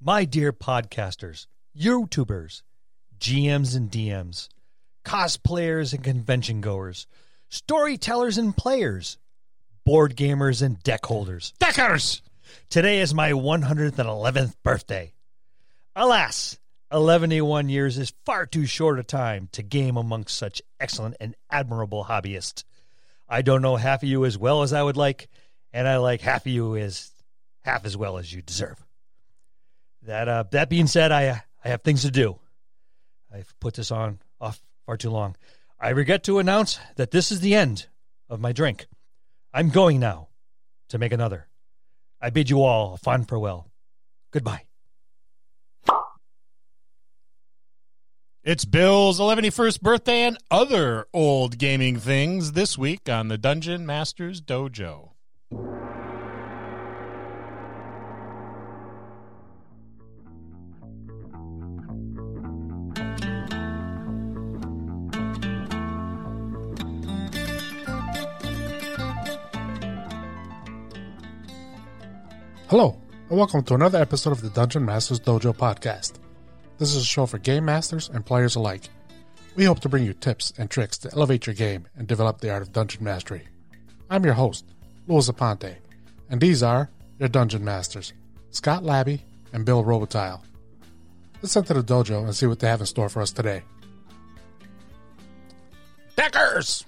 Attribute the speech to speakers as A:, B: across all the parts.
A: My dear podcasters, YouTubers, GMs and DMs, cosplayers and convention goers, storytellers and players, board gamers and deck holders.
B: Deckers!
A: Today is my 111th birthday. Alas, 111 years is far too short a time to game amongst such excellent and admirable hobbyists. I don't know half of you as well as I would like, and I like half of you as half as well as you deserve. That uh, that being said, I I have things to do. I've put this on off far too long. I regret to announce that this is the end of my drink. I'm going now to make another. I bid you all a fond farewell. Goodbye.
B: It's Bill's 111st birthday and other old gaming things this week on the Dungeon Masters Dojo.
C: Hello, and welcome to another episode of the Dungeon Masters Dojo podcast. This is a show for game masters and players alike. We hope to bring you tips and tricks to elevate your game and develop the art of dungeon mastery. I'm your host, Louis Aponte, and these are your dungeon masters, Scott Labby and Bill Robotile. Let's enter the dojo and see what they have in store for us today.
B: Deckers!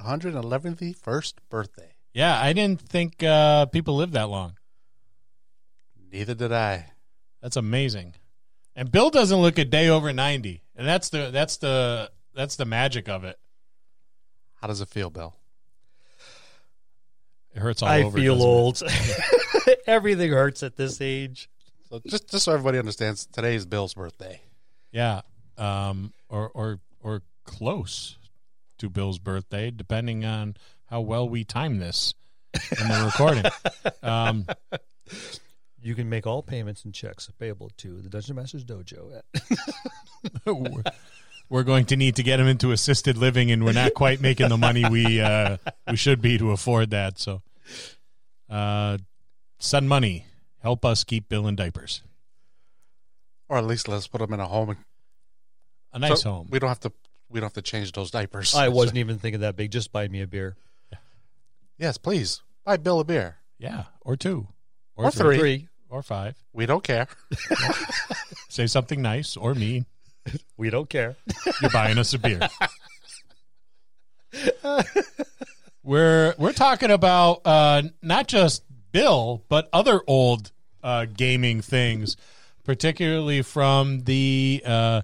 C: 111th first birthday.
B: Yeah, I didn't think uh, people lived that long.
C: Neither did I.
B: That's amazing. And Bill doesn't look a day over 90. And that's the that's the that's the magic of it.
C: How does it feel, Bill?
B: It hurts all
A: I
B: over.
A: feel
B: doesn't it?
A: old. Everything hurts at this age.
C: So just, just so everybody understands, today is Bill's birthday.
B: Yeah. Um or or or close to Bill's birthday depending on how well we time this in the recording. um
A: You can make all payments and checks payable to the Dungeon Masters Dojo at
B: we're- we're going to need to get him into assisted living, and we're not quite making the money we uh, we should be to afford that. So, uh, send money, help us keep Bill in diapers.
C: Or at least let's put him in a home and
B: A nice
C: So
B: home.
C: We don't have to. We don't have to change those diapers.
A: I wasn't even thinking that big. Just buy me a beer.
C: Yes, please buy Bill a beer.
B: yeah, or two,
C: Or three.
B: or five.
C: We don't care.
B: Say something nice, or me.
A: We don't care.
B: You're buying us a beer. we're we're talking about uh, not just Bill, but other old uh, gaming things, particularly from the, uh,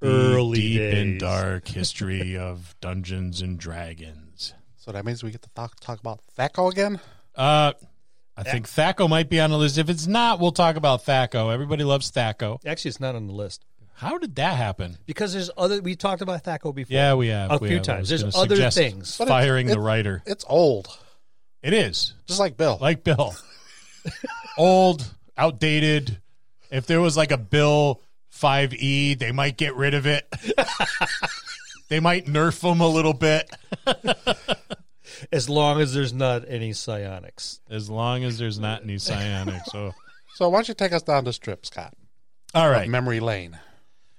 B: the
A: Early
B: deep and
A: days.
B: dark history of Dungeons and Dragons.
C: So that means we get to talk talk about Thaco again.
B: Uh, I think Thaco might be on the list. If it's not, we'll talk about Thaco. Everybody loves Thaco.
A: Actually, it's not on the list
B: How did that happen?
A: because there's other. We talked about Thaco before.
B: Yeah, we have
A: a
B: we
A: few
B: have. I
A: times.
B: was
A: There's
B: gonna
A: other
B: suggest
A: things.
C: But it's-
B: Firing the
C: it's-
B: writer.
C: It's old,
B: It is
C: just like Bill.
B: like Bill, old, outdated. If there was like a Bill five E, they might get rid of it. they might nerf him a little bit,
A: As long as there's not any psionics.
B: as long as there's not any psionic. So,
C: so why don't you take us down this trip, Scott?
B: all right.
C: Memory lane.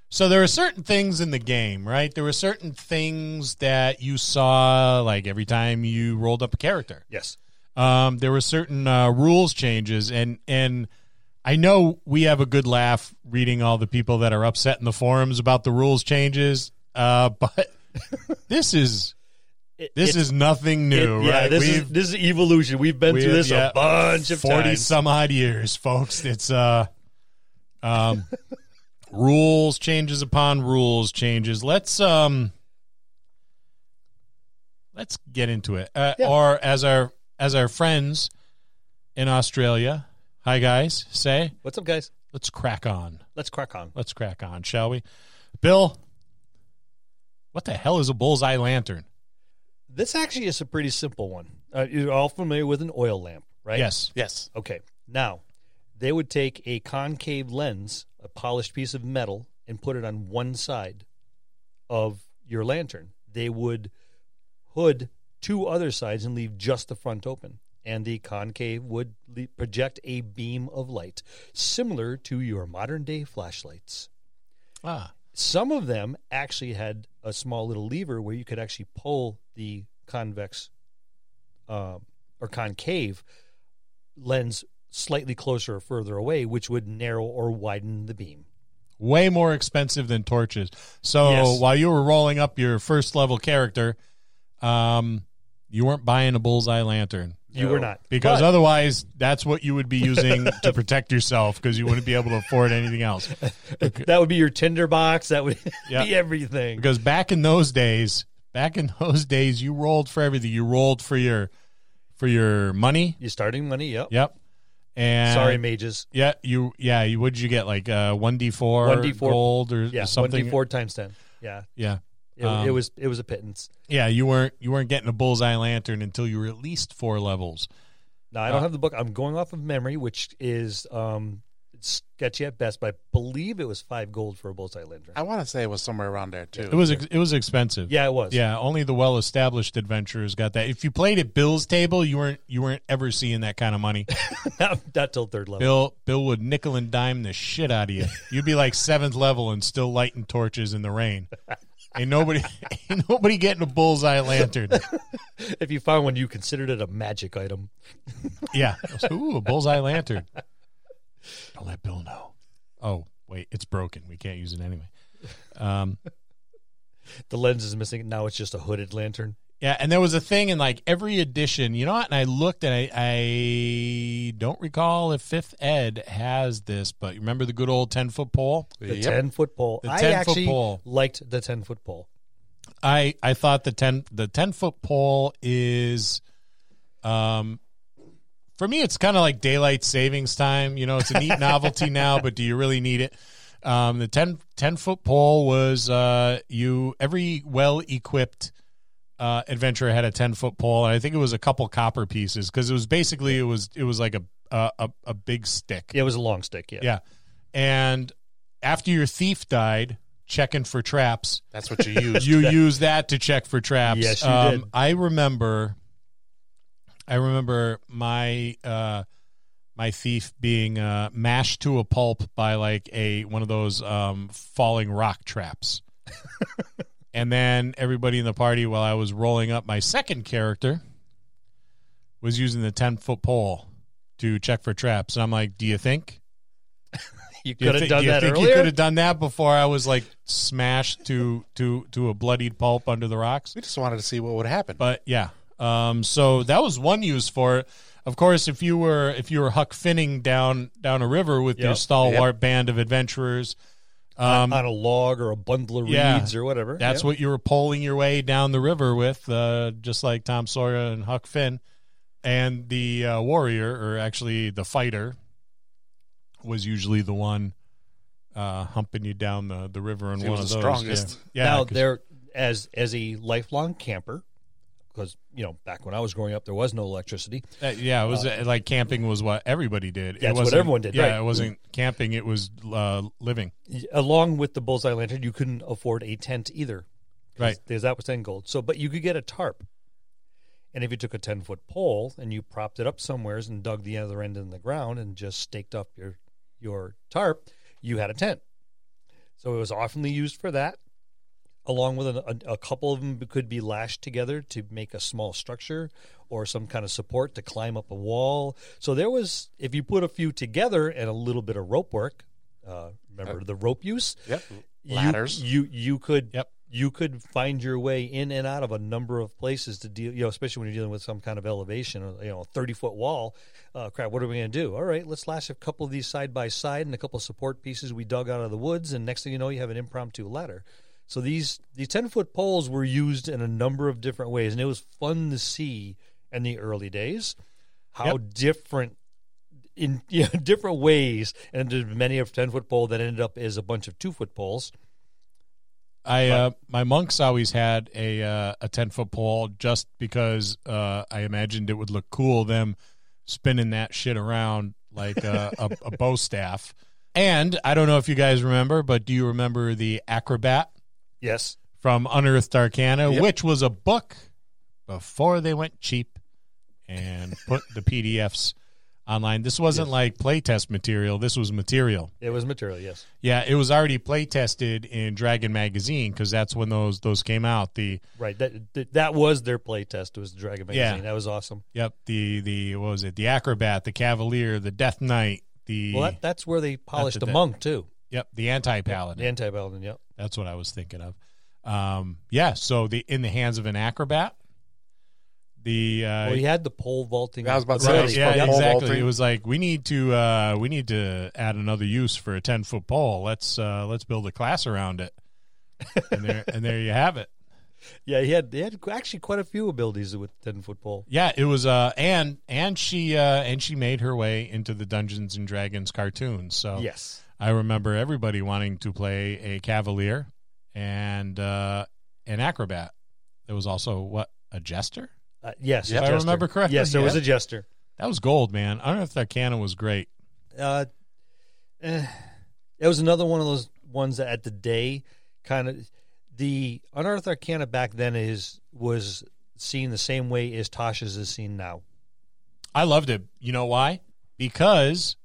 B: So there were certain things in the game, right? There were certain things that you saw, like every time you rolled up a character.
A: Yes.
B: um, there were certain uh, rules changes, and and I know we have a good laugh reading all the people that are upset in the forums about the rules changes, uh, but this is
A: It-
B: this
A: it-
B: is nothing
A: it-
B: new,
A: yeah.
B: right?
A: This is this is evolution. We've been through
B: we've-
A: this
B: yeah,
A: a bunch of
B: forty
A: times.
B: some odd years, folks. It's uh, um, rules changes upon rules changes. Let's um, let's get into it. Uh,
A: Yeah.
B: Or as our as our friends in Australia, hi guys, say
A: What's up, guys?
B: let's crack on.
A: Let's crack on.
B: Let's crack on, shall we? Bill, what the hell is a bullseye lantern?
A: This actually is a pretty simple one. Uh, you're all familiar with an oil lamp, right?
B: Yes,
C: Yes.
A: Okay. Now, they would take a concave lens, a polished piece of metal, and put it on one side of your lantern. They would hood two other sides and leave just the front open. and the concave would le- project a beam of light similar to your modern day flashlights.
B: Ah,
A: Some of them actually had a small little lever where you could actually pull the convex um or concave lens slightly closer or further away, which would narrow or widen the beam.
B: way more expensive than torches. So
A: Yes.
B: while you were rolling up your first level character, um, you weren't buying a bullseye lantern
A: You were not
B: because
A: But-
B: otherwise that's what you would be using to protect yourself because you wouldn't be able to afford anything else.
A: that would be your Tinder box. That would
B: Yeah.
A: be everything.
B: Because back in those days, back in those days, you rolled for everything. You rolled for your for your money.
A: Your starting money. Yep.
B: Yep. And
A: Sorry, mages.
B: Yeah, you yeah, you what'd you get? Like uh one D four
A: 1d4
B: gold or
A: Yeah, one
B: something.
A: d four times ten. Yeah,
B: Yeah.
A: it,
B: Um,
A: it was it was a pittance.
B: Yeah, you weren't you weren't getting a bullseye lantern until you were at least four levels.
A: Now I don't have the book. I'm going off of memory, which is um sketchy at best. But I believe it was five gold for a bullseye lantern.
D: I want to say it was somewhere around there too.
B: It was ex- it was expensive.
A: Yeah, it was.
B: Yeah, only the well established adventurers got that. If you played at Bill's table, you weren't you weren't ever seeing that kind of money.
A: not, not till third level.
B: Bill Bill would nickel and dime the shit out of you. You'd be like seventh level and still lighting torches in the rain. Ain't nobody ain't nobody getting a bullseye lantern.
A: If you found one, you considered it a magic item.
B: Yeah. Ooh, a bullseye lantern. Don't let Bill know. Oh, wait, it's broken. We can't use it anyway. Um,
A: The lens is missing. Now it's just a hooded lantern.
B: yeah, and there was a thing in like every edition, you know what? And I looked and I, I don't recall if Fifth Ed has this, but you remember the good old 10 foot pole?
A: The
D: Yep.
A: ten foot pole.
B: The
A: I
B: 10 foot
A: actually
B: pole.
A: liked the ten foot pole.
B: I I thought the ten the ten foot pole is, um, for me it's kind of like daylight savings time. You know, it's a neat novelty now, but do you really need it? Um, the 10, 10 foot pole was uh, you every well equipped uh, adventurer had a ten foot pole, and I think it was a couple copper pieces because it was basically it was it was like a a, a- a big stick.
A: Yeah, it was a long stick. Yeah.
B: yeah, and after your thief died, checking for traps
D: That's what you used.
B: you use that to check for traps. Um,
A: Yes, you did.
B: I remember. I remember my uh, my thief being uh, mashed to a pulp by like a one of those um, falling rock traps, and then everybody in the party while I was rolling up my second character was using the ten foot pole to check for traps, and I'm like, "Do you think?"
A: You
B: Do you
A: could have
B: thi-
A: done
B: do you
A: that
B: think You could
A: earlier.
B: have done that before I was like smashed to to to a bloodied pulp under the rocks.
D: we just wanted to see what would happen.
B: But yeah, um, so that was one use for it. Of course, if you were if you were Huck Finning down down a river with your
A: Yep.
B: stalwart band of adventurers,
A: On-
B: um,
A: on a log or a bundle of
B: Yeah.
A: reeds or whatever.
B: that's
A: Yeah.
B: what you were poling your way down the river with, uh, just like Tom Sawyer and Huck Finn. And the uh, warrior, or actually the fighter, was usually the one uh, humping you down the, the river in
D: He
B: one
D: was
B: of
D: the
B: those.
D: strongest.
B: Yeah,
A: now
B: 'cause-
A: there as as a lifelong camper because you know back when i was growing up there was no electricity
B: that- yeah, it was uh, like camping was what everybody did. it
A: That's what
B: wasn't-
A: everyone did,
B: Yeah,
A: right.
B: it wasn't camping; it was uh, living.
A: along with the bullseye lantern you couldn't afford a tent either 'cause-
B: Right.
A: because that was 10 gold so but you could get a tarp and if you took a 10 foot pole and you propped it up somewheres and dug the other end in the ground and just staked up your your tarp you had a tent so it was often used for that along with an, a, a couple of them could be lashed together to make a small structure or some kind of support to climb up a wall. So there was, if you put a few together and a little bit of rope work, uh, remember the rope use
D: Yep.
A: You-
D: Ladders.
A: You you, could
B: Yep.
A: you could find your way in and out of a number of places to deal. You know, especially when you're dealing with some kind of elevation, or, you know, a thirty foot wall. Uh, crap, what are we going to do? All right, let's lash a couple of these side by side and a couple of support pieces we dug out of the woods, and next thing you know, you have an impromptu ladder. So these these ten foot poles were used in a number of different ways, and it was fun to see in the early days how different in you know, different ways. And there's many of ten foot pole that ended up as a bunch of two foot poles.
B: I uh, my monks always had a uh, a ten foot pole just because uh, I imagined it would look cool them spinning that shit around like uh, a, a bow staff. And I don't know if you guys remember, but do you remember the acrobat
A: Yes.
B: from Unearthed Arcana,
D: Yep.
B: which was a book before they went cheap and put the PDFs online. This wasn't like playtest material. This was material.
A: It was material, yes.
B: Yeah, it was already play tested in Dragon magazine because that's when those those came out. The
A: Right. That that- that was their play test was Dragon
B: Yeah.
A: Magazine. That was awesome.
B: yep the the what was it? The Acrobat, the Cavalier, the Death Knight, the
A: Well, that, that's where they polished
B: That's
A: the
B: it.
A: monk too.
B: yep the Anti Paladin.
A: The anti paladin. Yep.
B: That's what I was thinking of. Um, yeah, so the in the hands of an acrobat. The uh,
A: Well, he had the pole vaulting.
D: I was about to say,
B: Right,
D: Right,
B: yeah,
D: for pole
B: exactly.
D: vaulting.
B: It was like we need to uh, we need to add another use for a ten foot pole. Let's uh, let's build a class around it. And there and there you have it.
A: Yeah, he had. He had actually quite a few abilities with ten foot pole.
B: Yeah, it was uh and and she uh and she made her way into the Dungeons and Dragons cartoons. So
A: Yes.
B: I remember everybody wanting to play a cavalier and uh an acrobat. There was also what a jester?
A: Uh, yes.
B: If
A: a
B: I
A: jester.
B: remember correctly,
A: Yes, there was
B: yeah.
A: a jester.
B: That was gold, man. I don't know if that canon was great.
A: Uh, eh, it was another one of those ones that at the day kind of the Unearthed Arcana back then is was seen the same way as Tasha's is seen now.
B: I loved it. You know why? Because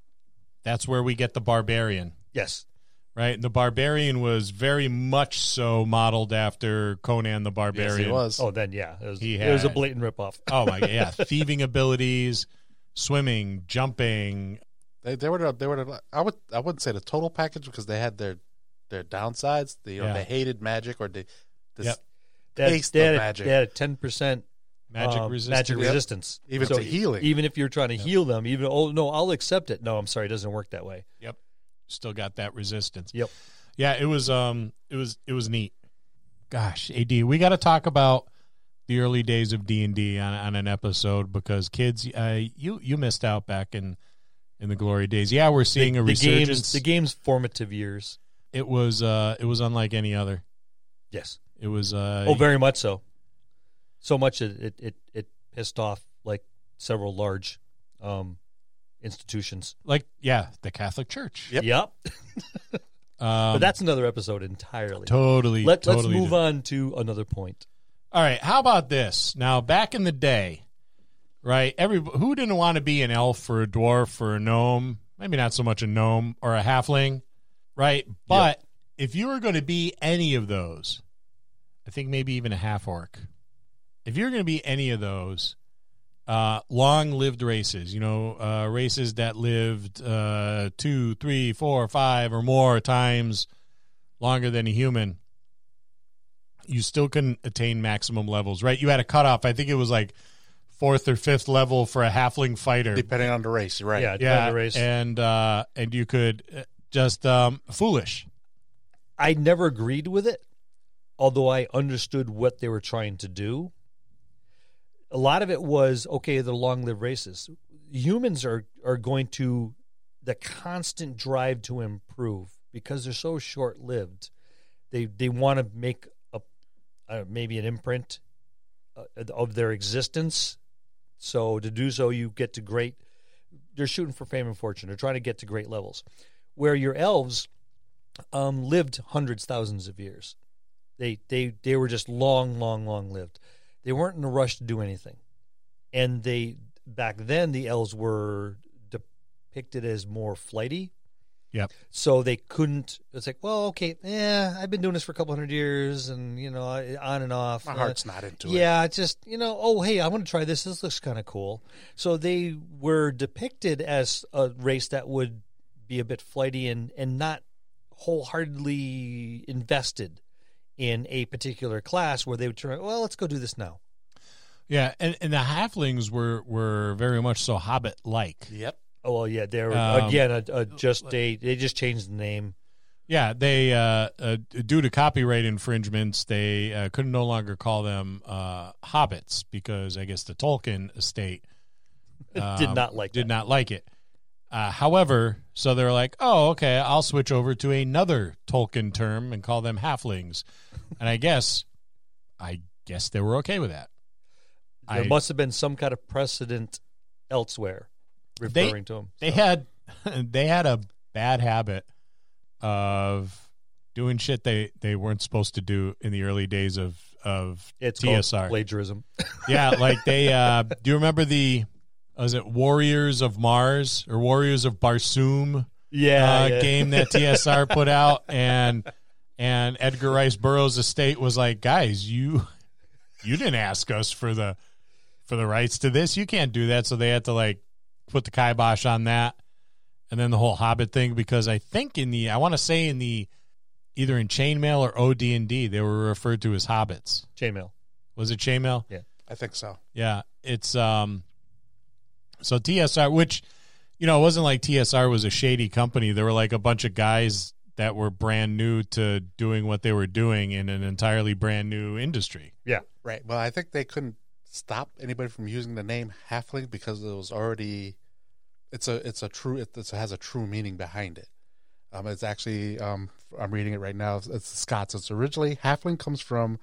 B: that's where we get the barbarian,
A: Yes.
B: right? And the barbarian was very much so modeled after Conan the Barbarian.
D: Yes, he was.
A: Oh, then yeah, it was,
B: He
A: it was a
B: had-
A: blatant ripoff.
B: Oh my god, yeah, thieving abilities, swimming, jumping.
D: They, they were the- they were the- I would I wouldn't say the total package because they had their their downsides. They, you know,
B: Yeah.
D: they hated magic or they this,
B: Yep.
A: They
D: Taste
A: they had,
D: the
A: a-
D: magic.
A: they had a ten percent um,
B: Magic resistance.
A: magic
D: Yep.
A: resistance,
D: Even to healing.
A: Even if you're trying to heal them, even oh no, I'll accept it. No, I'm sorry, it doesn't work that way.
B: Still got that resistance.
A: Yep.
B: Yeah, it was um it was it was neat. Gosh, AD, we got to talk about the early days of D&D on, on an episode because kids uh, you you missed out back in in the glory days. Yeah, we're seeing a
A: The
B: resurgence.
A: game's the game's formative years.
B: It was uh it was unlike any other.
A: Yes.
B: It was uh
A: Oh, very much so. So much it it it, it pissed off like several large um, institutions.
B: like yeah, the Catholic Church.
D: Yep.
B: Um,
A: but that's another episode entirely.
B: totally
A: Let,
B: totally
A: let's move
B: different.
A: on to another point.
B: All right, how about this? Now, back in the day, right? Every who didn't want to be an elf or a dwarf or a gnome? Maybe not so much a gnome or a halfling, right? But if you were going to be any of those, I think maybe even a half orc. If you're going to be any of those, uh, long-lived races, you know, uh, races that lived uh, two, three, four, five, or more times longer than a human, you still couldn't attain maximum levels, right? You had a cutoff. I think it was like fourth or fifth level for a halfling fighter.
D: depending on the race, right?
A: Yeah,
B: Yeah,
A: yeah. Race.
B: and uh, and you could uh, just um, foolish.
A: I never agreed with it, although I understood what they were trying to do. A lot of it was okay, they're long lived races. Humans are, are going to the constant drive to improve because they're so short lived. They they want to make a uh, maybe an imprint uh, of their existence. So to do so, you get to great. They're shooting for fame and fortune. They're trying to get to great levels. Where your elves um, lived hundreds, thousands of years. They they they were just long, long, long lived. They weren't in a rush to do anything, and they back then the elves were depicted as more flighty.
B: Yep.
A: So they couldn't. It's like, well, okay, yeah, I've been doing this for a couple hundred years, and you know, I- on and off.
D: My
A: uh,
D: heart's not into it.
A: yeah, it's just you know, oh hey, I want to try this. This looks kind of cool. So they were depicted as a race that would be a bit flighty and and not wholeheartedly invested in a particular class where they would turn. Well, let's go do this now.
B: Yeah, and, and the halflings were were very much so hobbit like.
D: Yep.
A: Oh well, yeah, they were
B: Um,
A: again a, a just a they just changed the name.
B: Yeah, they uh, uh, due to copyright infringements, they uh, could no longer call them uh, hobbits because I guess the Tolkien estate um,
A: Did not like
B: did
A: that.
B: not like it. Uh, however, so they're like, oh, okay, I'll switch over to another Tolkien term and call them halflings, and I guess, I guess they were okay with that.
A: There
B: I-
A: must have been some kind of precedent elsewhere
B: They-
A: referring to them.
B: They had they had a bad habit of doing shit they, they weren't supposed to do in the early days of of
A: It's called
B: TSR.
A: plagiarism.
B: yeah, like they. Uh, do you remember the? Was it Warriors of Mars or Warriors of Barsoom?
A: Yeah,
B: uh,
A: yeah.
B: game that TSR put out, and and Edgar Rice Burroughs' estate was like, guys, you you didn't ask us for the for the rights to this. You can't do that. So they had to like put the kibosh on that, and then the whole Hobbit thing because I think in the I want to say in the either in Chainmail or OD and D they were referred to as hobbits.
A: chainmail.
B: Was it Chainmail?
C: I think so.
B: Yeah, it's um so TSR which you know, it wasn't like TSR was a shady company. There were like a bunch of guys that were brand new to doing what they were doing in an entirely brand new industry.
C: Right. Well, I think they couldn't stop anybody from using the name halfling because it was already it's a it's a true it, it has a true meaning behind it. Um, it's actually um, I'm reading it right now. It's the Scots. It's originally halfling comes from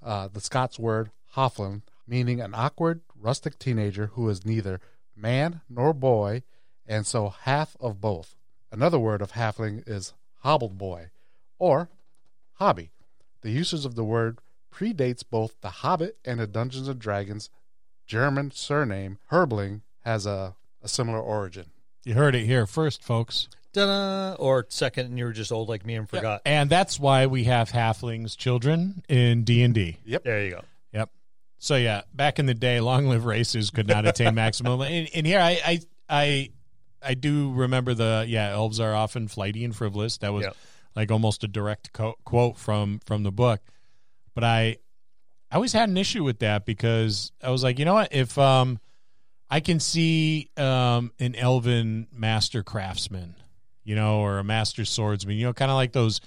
C: uh, the Scots word hoflin, meaning an awkward rustic teenager who is neither man nor boy, and so half of both. Another word of halfling is hobbled boy, or hobby. The usage of the word predates both The Hobbit and the Dungeons and Dragons German surname Herbling has a, a similar origin.
B: You heard it here first, folks.
A: Ta-da! Or second, and you were just old like me and forgot.
B: And that's why we have halflings children in D&D.
A: There you go.
B: So yeah, back in the day, long live races could not attain maximum. And, and here I, I I I do remember the yeah, elves are often flighty and frivolous. That was
A: Yep.
B: like almost a direct co- quote from from the book. But I I always had an issue with that because I was like, you know what, if um I can see um an elven master craftsman, you know, or a master swordsman, you know, kind of like those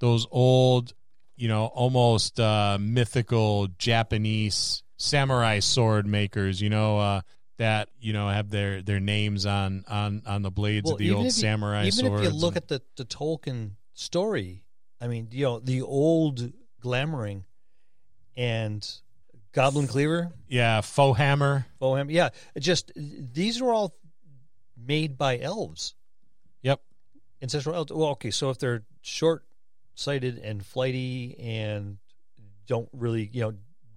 B: those old you know, almost uh, mythical Japanese samurai sword makers. You know, uh, that you know have their their names on on on the blades
A: Well,
B: of the
A: even
B: old
A: if you-
B: samurai
A: Even
B: swords.
A: if you look
B: and-
A: at the, the Tolkien story, I mean, you know, the old glamoring and Goblin Cleaver,
B: yeah, faux hammer.
A: Bohem, yeah, just these are all made by elves,
B: Yep.
A: ancestral elves. Well, okay, so if they're short sighted and flighty and don't really, you know,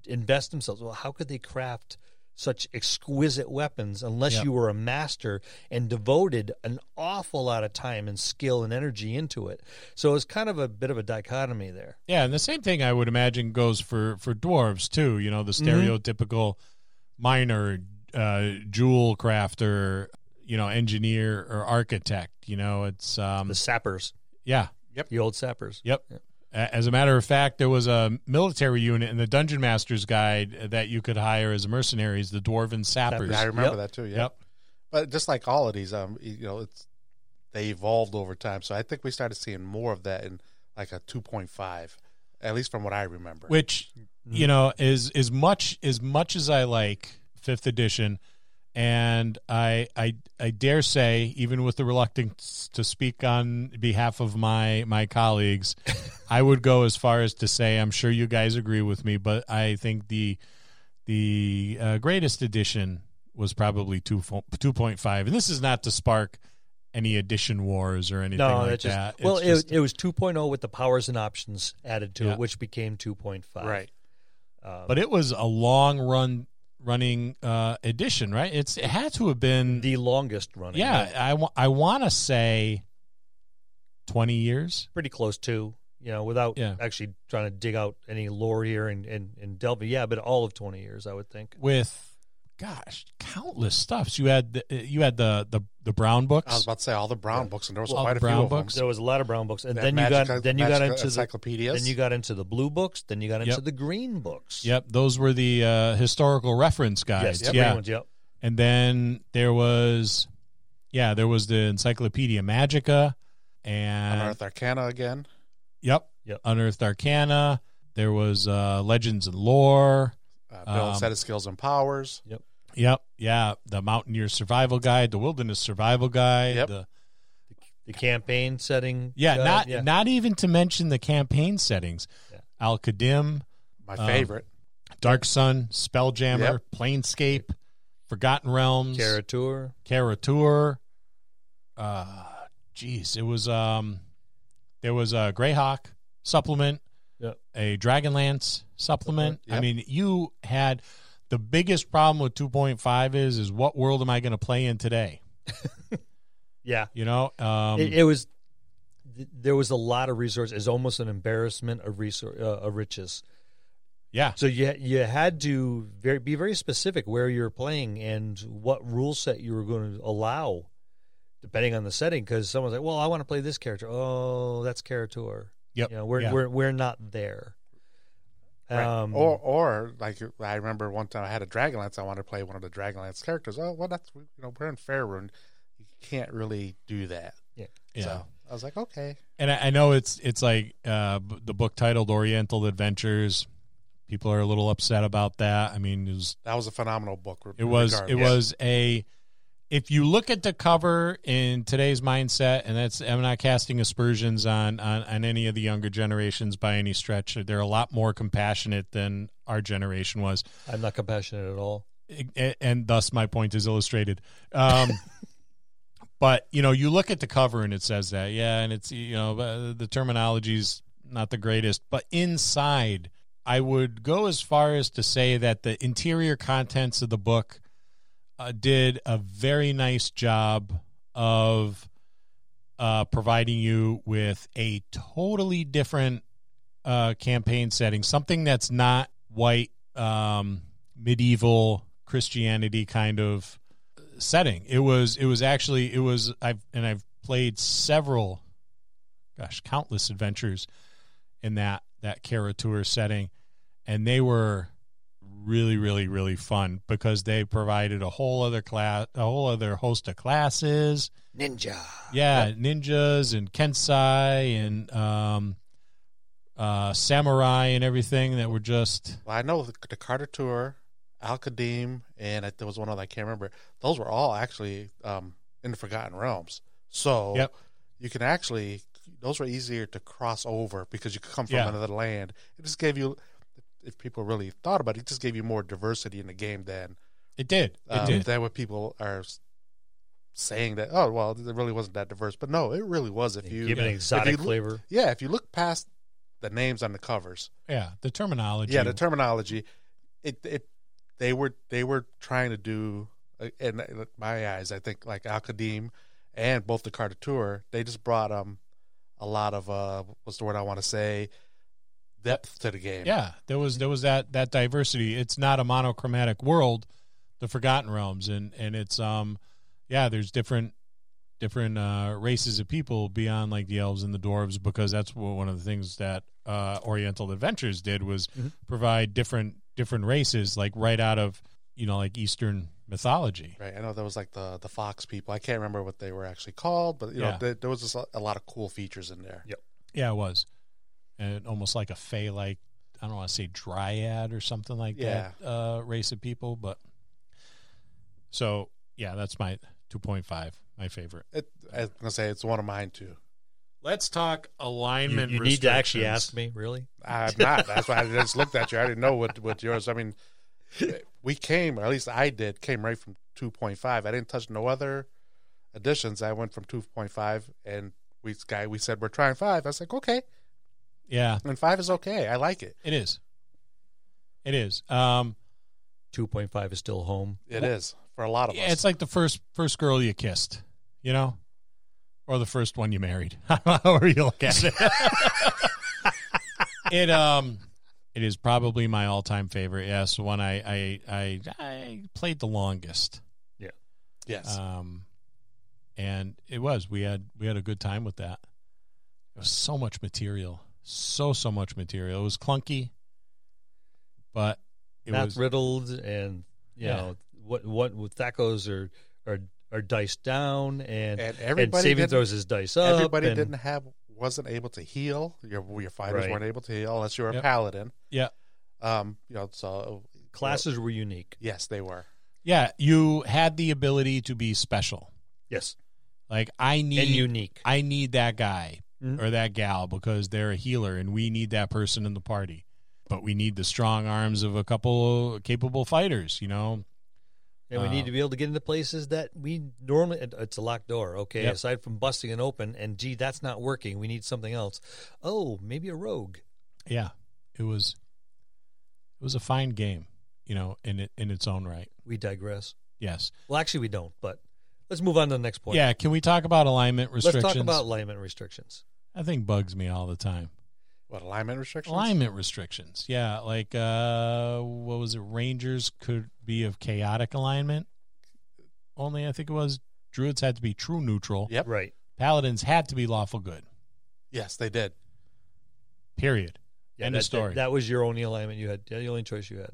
A: invest themselves, well, how could they craft such exquisite weapons unless
B: Yeah.
A: you were a master and devoted an awful lot of time and skill and energy into it? So it's kind of a bit of a dichotomy there.
B: Yeah, and the same thing I would imagine goes for for dwarves too. You know, the stereotypical miner, uh, jewel crafter, you know, engineer or architect. You know, it's um,
A: The sappers,
B: yeah.
A: the old sappers.
B: Yep. A- As a matter of fact, there was a military unit in the Dungeon Master's Guide that you could hire as mercenaries, the Dwarven Sappers.
A: Sappers.
C: I remember that too. Yeah.
B: Yep.
C: But just like all of these, um, you know, it's they evolved over time. So I think we started seeing more of that in like a 2.5, at least from what I remember.
B: Which,
A: Mm-hmm.
B: you know, is as much as much as I like fifth edition, and I I I dare say, even with the reluctance to speak on behalf of my my colleagues, I would go as far as to say I'm sure you guys agree with me, but I think the the uh, greatest edition was probably two fo- 2.5 and this is not to spark any edition wars or anything
A: No,
B: like
A: that just
B: that It's
A: well,
B: just-
A: it, it was 2.0 with the powers and options added to
B: Yeah.
A: it, which became 2.5.
C: right.
A: Um,
B: but it was a long run running uh edition right it's it had to have been
A: the longest running.
B: yeah i, wa- I want to say 20 years
A: pretty close to you know without
B: Yeah.
A: actually trying to dig out any lore here and and and delve. Yeah, but all of 20 years, I would think.
B: with gosh countless stuffs you had the, you had the the, the brown books
C: I was about to say all the brown books, and there was
B: All
C: quite
B: the
C: a few
B: brown
C: of them.
B: books.
A: There was a lot of brown books, and
C: That
A: then you
C: Magica-
A: got then you got
C: Magica
A: into the
C: encyclopedias.
A: then you got into the blue books, then you got into
B: Yep.
A: the green books.
B: yep those were the uh historical reference guides
A: Yes, the
B: yeah
A: green ones. Yep.
B: and then there was yeah there was the encyclopedia magica and
C: Unearthed Arcana again.
B: yep
A: Yep.
B: unearthed arcana there was uh legends and lore
C: Uh, Bill
B: Um,
C: set of skills and powers.
B: Yep. Yeah. The Mountaineer Survival Guide, the Wilderness Survival Guide.
C: Yep.
B: the-
A: The campaign setting.
B: yeah.
A: uh,
B: not
A: yeah.
B: not even to mention the campaign settings.
A: Yeah.
B: Al Qadim,
C: My
B: um,
C: favorite.
B: Dark Sun, Spelljammer,
C: Yep.
B: Planescape, Forgotten Realms,
A: Caratur.
B: Caratur. Uh, jeez, it was um, there was a Greyhawk supplement.
A: Yep.
B: a Dragonlance supplement. I
C: Yep.
B: mean, you had the biggest problem with 2.5 is is what world am I going to play in today?
A: Yeah.
B: You know, um,
A: it, it was th- there was a lot of resource. It's almost an embarrassment of resource uh, of riches.
B: yeah,
A: So you you had to very, be very specific where you're playing and what rule set you were going to allow, depending on the setting. Because someone's like, "Well, I want to play this character." Oh, that's Carator.
B: Yep.
A: You know, we're
B: Yeah.
A: we're we're not there. Um,
C: or or like I remember one time I had a Dragonlance. I wanted to play one of the Dragonlance characters. Oh well, that's you know we're in Faerun. You can't really do that.
B: yeah.
C: So I was like, okay,
B: and I, I know it's it's like uh, b- the book titled Oriental Adventures. People are a little upset about that. I mean, it was
C: that was a phenomenal book.
B: it was it
C: regardless.
B: was a. If you look at the cover in today's mindset, and that's I'm not casting aspersions on, on on any of the younger generations by any stretch. They're a lot more compassionate than our generation was,
A: I'm not compassionate at all.
B: A- and thus my point is illustrated. Um, but you know, you look at the cover and it says that, yeah, and it's you know uh, the terminology's not the greatest, but inside, I would go as far as to say that the interior contents of the book uh, did a very nice job of uh, providing you with a totally different uh, campaign setting, something that's not white um, medieval Christianity kind of setting. It was it was actually it was I've and I've played several, gosh, countless adventures in that that Karatour setting, and they were really really really fun because they provided a whole other class a whole other host of classes
A: Ninja.
B: yeah, ninjas and kensai and um, uh, samurai and everything that were just
C: Well, I know the, the Carter Tour, Al Qadim, and I, there was one other I can't remember. Those were all actually um, in the Forgotten Realms. So
B: Yep.
C: you can actually those were easier to cross over because you could come from
B: Yeah.
C: another land. It just gave you, if people really thought about it, it just gave you more diversity in the game than
B: it did it
C: um,
B: did
C: than what people are s- saying that. Oh well, it really wasn't that diverse, but no, it really was. If you
A: Give it an
B: if
A: exotic
C: look-
A: flavor.
C: yeah, if you look past the names on the covers,
B: yeah the terminology
C: yeah, the terminology. It it they were they were trying to do uh, in my eyes. I think like Al Qadim and both the Cartature, they just brought um a lot of uh what's the word I want to say depth to the game.
B: yeah there was there was that that diversity it's not a monochromatic world the forgotten realms and and it's um yeah there's different different uh races of people beyond like the elves and the dwarves because that's wha- one of the things that uh oriental adventures did was
C: Mm-hmm.
A: Mhm.
B: provide different different races like right out of you know like eastern mythology
C: Right, I know that was like the the fox people. I can't remember what they were actually called, but you
B: Yeah.
C: know there, there was just a, a lot of cool features in there.
A: Yeah.
B: yeah it was and almost like a fey like i don't want to say dryad or something like that uh race of people but so yeah that's my 2.5 my favorite
C: It, I was gonna say it's one of mine too.
B: let's talk
A: You,
B: alignment
A: you need to actually ask me, really?
C: I'm not. That's why I just looked at you. I didn't know what what yours. I mean, we came, or at least I did, came right from 2.5. I didn't touch no other additions. I went from 2.5, and we this guy we said we're trying five. I was like, okay,
B: yeah
C: and five is okay. I like it.
B: it is it is um
A: 2.5 is still home.
C: It is for a lot of
B: yeah,
C: us.
B: it's like the first first girl you kissed you know or the first one you married however you look at it it um it is probably my all time favorite. Yes, one I I I, I played the longest.
C: yes,
B: Um, and it was we had we had a good time with that. It was so much material, so so much material. It was clunky, but it
A: not
B: was
A: riddled and you
B: Yeah.
A: know what what with tacos are are are diced down and and,
C: and everybody
A: saving
C: didn't,
A: throws is dice up.
C: everybody
A: and-
C: didn't have wasn't able to heal. Your your fighters
A: Right.
C: weren't able to heal unless you were
B: Yep.
C: a paladin.
B: Yeah.
C: Um. You know. So
A: Classes were unique.
C: Yes, they were.
B: yeah. You had the ability to be special.
A: Yes,
B: Like I need
A: and unique.
B: I need that guy
A: Mhm.
B: or that gal because they're a healer and we need that person in the party. But we need the strong arms of a couple capable fighters, you know?
A: and we
B: uh,
A: need to be able to get into places that we normally it- it's a locked door. Okay,
B: Yep.
A: aside from busting it open, and gee, that's not working. We need something else. Oh, maybe a rogue.
B: yeah, it was it was a fine game, you know, in it in its own right.
A: We digress.
B: Yes.
A: Well, actually, we don't. But let's move on to the next point.
B: Yeah. Can we talk about alignment
A: Let's
B: restrictions?
A: talk about alignment restrictions.
B: I think bugs me all the time.
C: What alignment restrictions?
B: Alignment restrictions. Yeah, like uh what was it? Rangers could be of chaotic alignment. Only I think it was Druids had to be true neutral.
C: Yep.
A: Right.
B: Paladins had to be lawful good.
C: Yes, they did.
B: Period.
A: Yeah,
B: End
A: that,
B: of story.
A: That, that was your only alignment you had. Yeah, the only choice you had.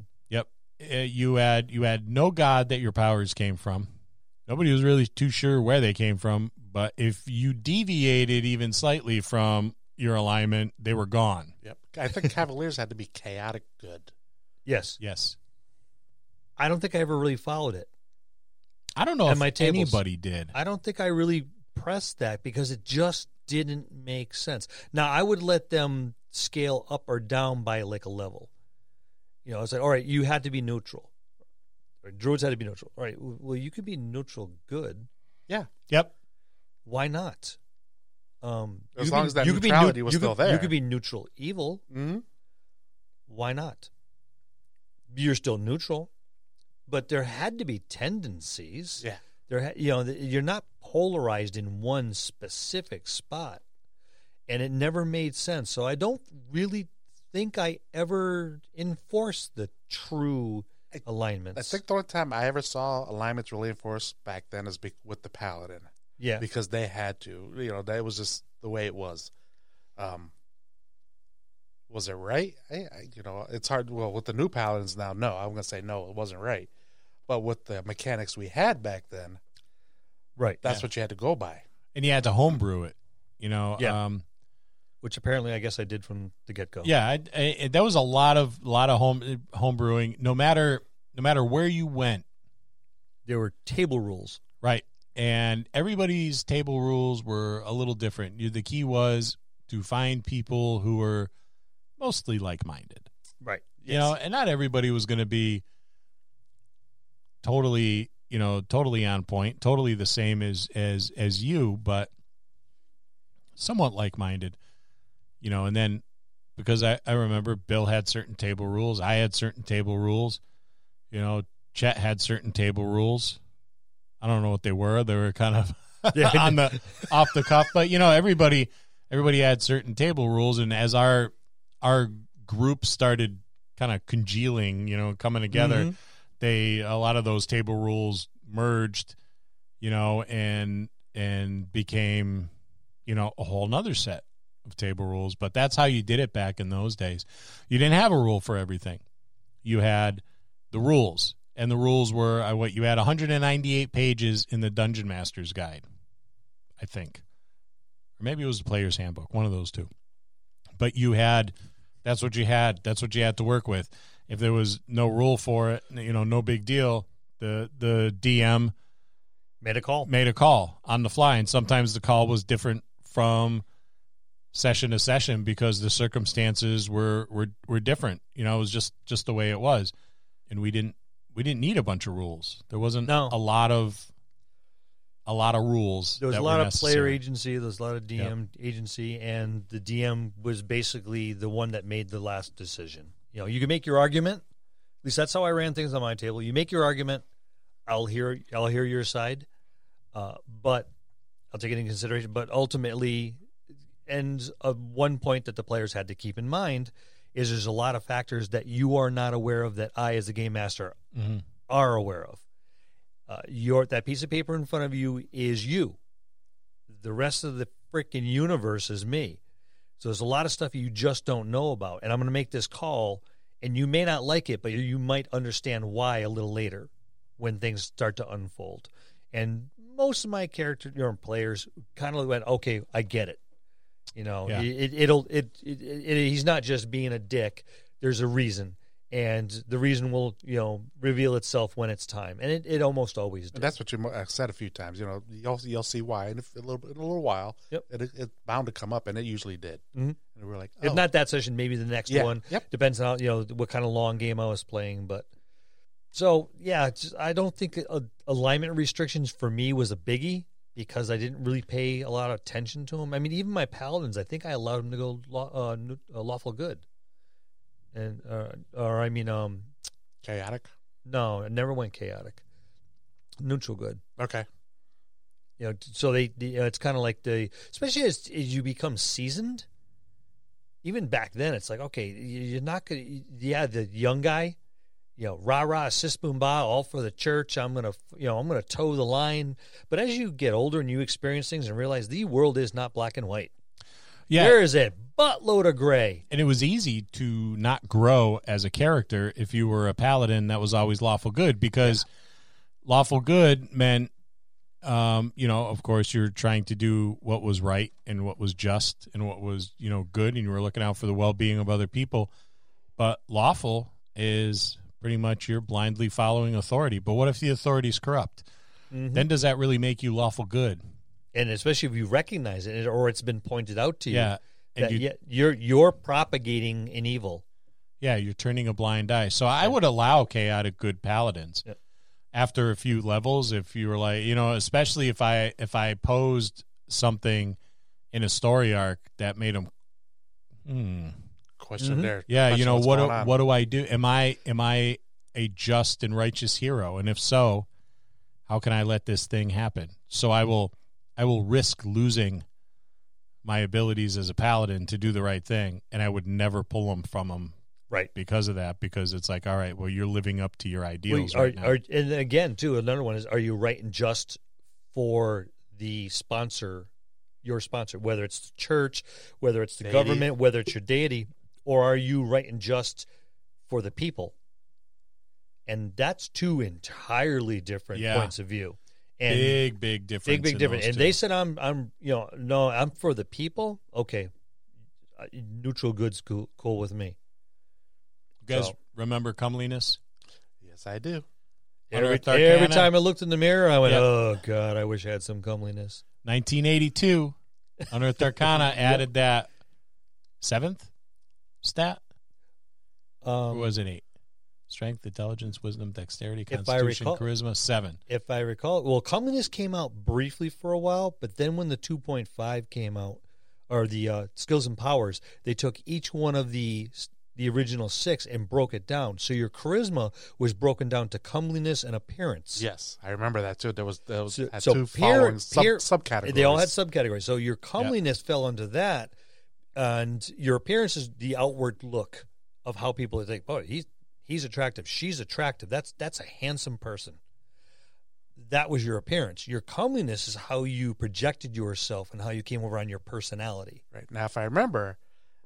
B: Uh, you had you had no god that your powers came from. Nobody was really too sure where they came from, but if you deviated even slightly from your alignment, they were gone.
C: Yep. I think Cavaliers had to be chaotic good.
A: Yes.
B: Yes.
A: I don't think I ever really followed it.
B: I don't know
A: And
B: if
A: my tables.
B: anybody did.
A: I don't think I really pressed that because it just didn't make sense. Now I would let them scale up or down by like a level. You know, I was like, all right, you had to be neutral. Or druids had to be neutral. All right, w- well, you could be neutral good.
B: Yep.
A: Why not? Um,
C: As
A: you
C: long
A: could-
C: as that
A: you could be
C: neutrality was
A: you could-
C: still there.
A: you could be neutral evil.
C: Mm-hmm.
A: Why not? You're still neutral, but there had to be tendencies.
C: Yeah.
A: there ha- you know th- you're not polarized in one specific spot and it never made sense so i don't really think i ever enforced the true
C: I-
A: alignments
C: I think the only time I ever saw alignments really enforced back then is be- with the Paladin
A: yeah
C: because they had to. You know, that was just the way it was. Um, was it right? I, I, you know, it's hard. Well, with the new Paladins now, no, I'm going to say no, it wasn't right. But with the mechanics we had back then,
A: right
C: that's
B: Yeah.
C: what you had to go by.
B: And you had to homebrew it. You know,
A: Yeah.
B: um
A: which apparently i guess i did from the get-go
B: Yeah, I, I, I- that was a lot of lot of home home brewing. No matter no matter where you went,
A: there were table rules
B: right? And everybody's table rules were a little different. You- The key was to find people who were mostly like minded.
A: right
B: You know, and not everybody was going to be totally, you know, totally on point, totally the same as as as you, but somewhat like-minded. You know, and then because I I remember Bill had certain table rules, I had certain table rules. You know, Chet had certain table rules. I don't know what they were. They were kind of
A: Yeah.
B: on the off the cuff, but you know, everybody everybody had certain table rules and as our our group started kind of congealing, you know, coming together,
C: Mm-hmm.
A: Mhm.
B: they a lot of those table rules merged, you know, and and became, you know, a whole nother set of table rules. But that's how you did it back in those days. You didn't have a rule for everything. You had the rules. And the rules were I what you had 198 pages in the Dungeon Master's Guide, I think. Or maybe it was the player's handbook, one of those two. But you had that's what you had. That's what you had to work with. If there was no rule for it, you know, no big deal. The the DM
A: made a call
B: made a call on the fly, and sometimes the call was different from session to session because the circumstances were were were different. You know, it was just just the way it was, and we didn't we didn't need a bunch of rules. There wasn't
A: No.
B: a lot of a lot of rules.
A: there was
B: that
A: a
B: were
A: lot of player
B: necessary.
A: agency there was a lot of dm agency and the dm was basically the one that made the last decision you know you can make your argument at least that's how i ran things on my table you make your argument i'll hear i'll hear your side uh, but i'll take it into consideration but ultimately and uh, one point that the players had to keep in mind is there's a lot of factors that you are not aware of that i as a game master
B: Mhm.
A: are aware of. Uh, your that piece of paper in front of you is you. The rest of the freaking universe is me. So there's a lot of stuff you just don't know about, and I'm going to make this call, and you may not like it, but you might understand why a little later when things start to unfold. And most of my character your players kind of went, okay, I get it. You know,
B: Yeah.
A: it, it'll it, it, it he's not just being a dick. There's a reason and the reason will you know reveal itself when it's time and it, it almost always does
C: And that's what you mo- I said a few times. You know, you'll you'll see why in a, f- a little in a little while.
A: Yep.
C: It, it- it's bound to come up, and it usually did.
A: Mhm.
C: And we are like,
A: if
C: oh,
A: not that session maybe the next
C: yeah,
A: one
C: Yep.
A: depends on you know what kind of long game i was playing but so yeah it's just, i don't think a, alignment restrictions for me was a biggie because i didn't really pay a lot of attention to them i mean even my paladins i think i allowed them to go law, uh, nu- uh, lawful good and uh, or I mean, um,
C: Chaotic.
A: no, it never went chaotic. Neutral good.
C: Okay.
A: You know, t- so they, the- you know, it's kind of like the, especially as, as you become seasoned. Even back then, it's like okay, you- you're not gonna, yeah, the young guy, you know, rah rah, sis boom bah, all for the church. I'm gonna, you know, I'm gonna toe the line. But as you get older and you experience things and realize the world is not black and white.
B: Yeah.
A: There is a buttload of gray.
B: and it was easy to not grow as a character if you were a paladin that was always lawful good because lawful good meant um, you know of course you're trying to do what was right and what was just and what was you know good and you were looking out for the well-being of other people but lawful is pretty much you're blindly following authority but what if the authority's corrupt then does that really make you lawful good
A: and especially if you recognize it or it's been pointed out to you
B: yeah and
A: that
B: you
A: yeah, you're you're propagating an evil
B: Yeah, you're turning a blind eye. So I would allow chaotic good paladins
A: Yep.
B: after a few levels if you were like, you know, especially if I if I posed something in a story arc that made them hmm,
C: Question
A: Mhm.
C: there.
B: yeah, you
C: Question
B: know
C: what's
B: what
C: going
B: do,
C: on.
B: what do I do? Am I am I a just and righteous hero? And if so, how can I let this thing happen? So I will I will risk losing my abilities as a paladin to do the right thing, and I would never pull them from them
A: right
B: because of that because it's like all right well you're living up to your ideals
A: are,
B: right now.
A: are, and again too another one is are you right and just for the sponsor your sponsor whether it's the church whether it's the
C: Deity.
A: government whether it's your deity or are you right and just for the people and that's two entirely different
B: Yeah.
A: points of view and
B: big big difference
A: big big
B: in
A: difference
B: those
A: and
B: two.
A: they said i'm i'm you know no i'm for the people okay Uh, neutral goods cool, cool with me
B: you guys
A: so-
B: remember comeliness
C: Yes, I do.
B: Under
A: every,
B: Tharkana?
A: every time i looked in the mirror i went
B: Yep.
A: oh god i wish i had some comeliness
B: 1982 under Tharkana added that seventh stat or
A: um,
B: was it eight strength intelligence wisdom dexterity
A: If I
B: constitution
A: recall-
B: charisma seven
A: if i recall well comeliness came out briefly for a while but then when the 2.5 came out or the uh, skills and powers they took each one of the the original six and broke it down so your charisma was broken down to comeliness and appearance
C: Yes, I remember that too. There was there was
A: So-
C: had
A: so
C: two
A: peer-
C: following sub,
A: peer-
C: subcategories.
A: They all had subcategories. So your comeliness fell under that, and your appearance is the outward look of how people think. Oh, he's he's attractive. She's attractive. That's that's a handsome person. That was your appearance. Your comeliness is how you projected yourself and how you came over on your personality.
C: right now. If I remember,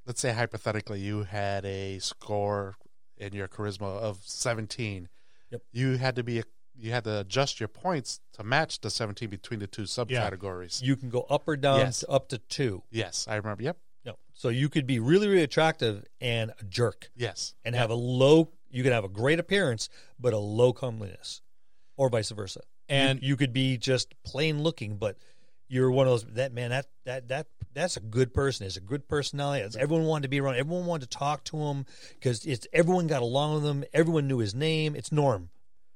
C: let's say hypothetically you had a score in your charisma of seventeen.
A: Yep.
C: You had to be you had to adjust your points to match the seventeen between the two subcategories.
A: You can go up or down
C: Yes.
A: to up to two.
C: Yes, I remember. Yep.
A: No. So you could be really really attractive and a jerk
C: Yes.
A: and have a low. You can have a great appearance but a low comeliness, or vice versa.
B: and
A: you could be just plain looking, but you're one of those that man that that that that's a good person. It's a good personality. It's- everyone wanted to be around. Everyone wanted to talk to him because it's everyone got along with him. Everyone knew his name. It's Norm.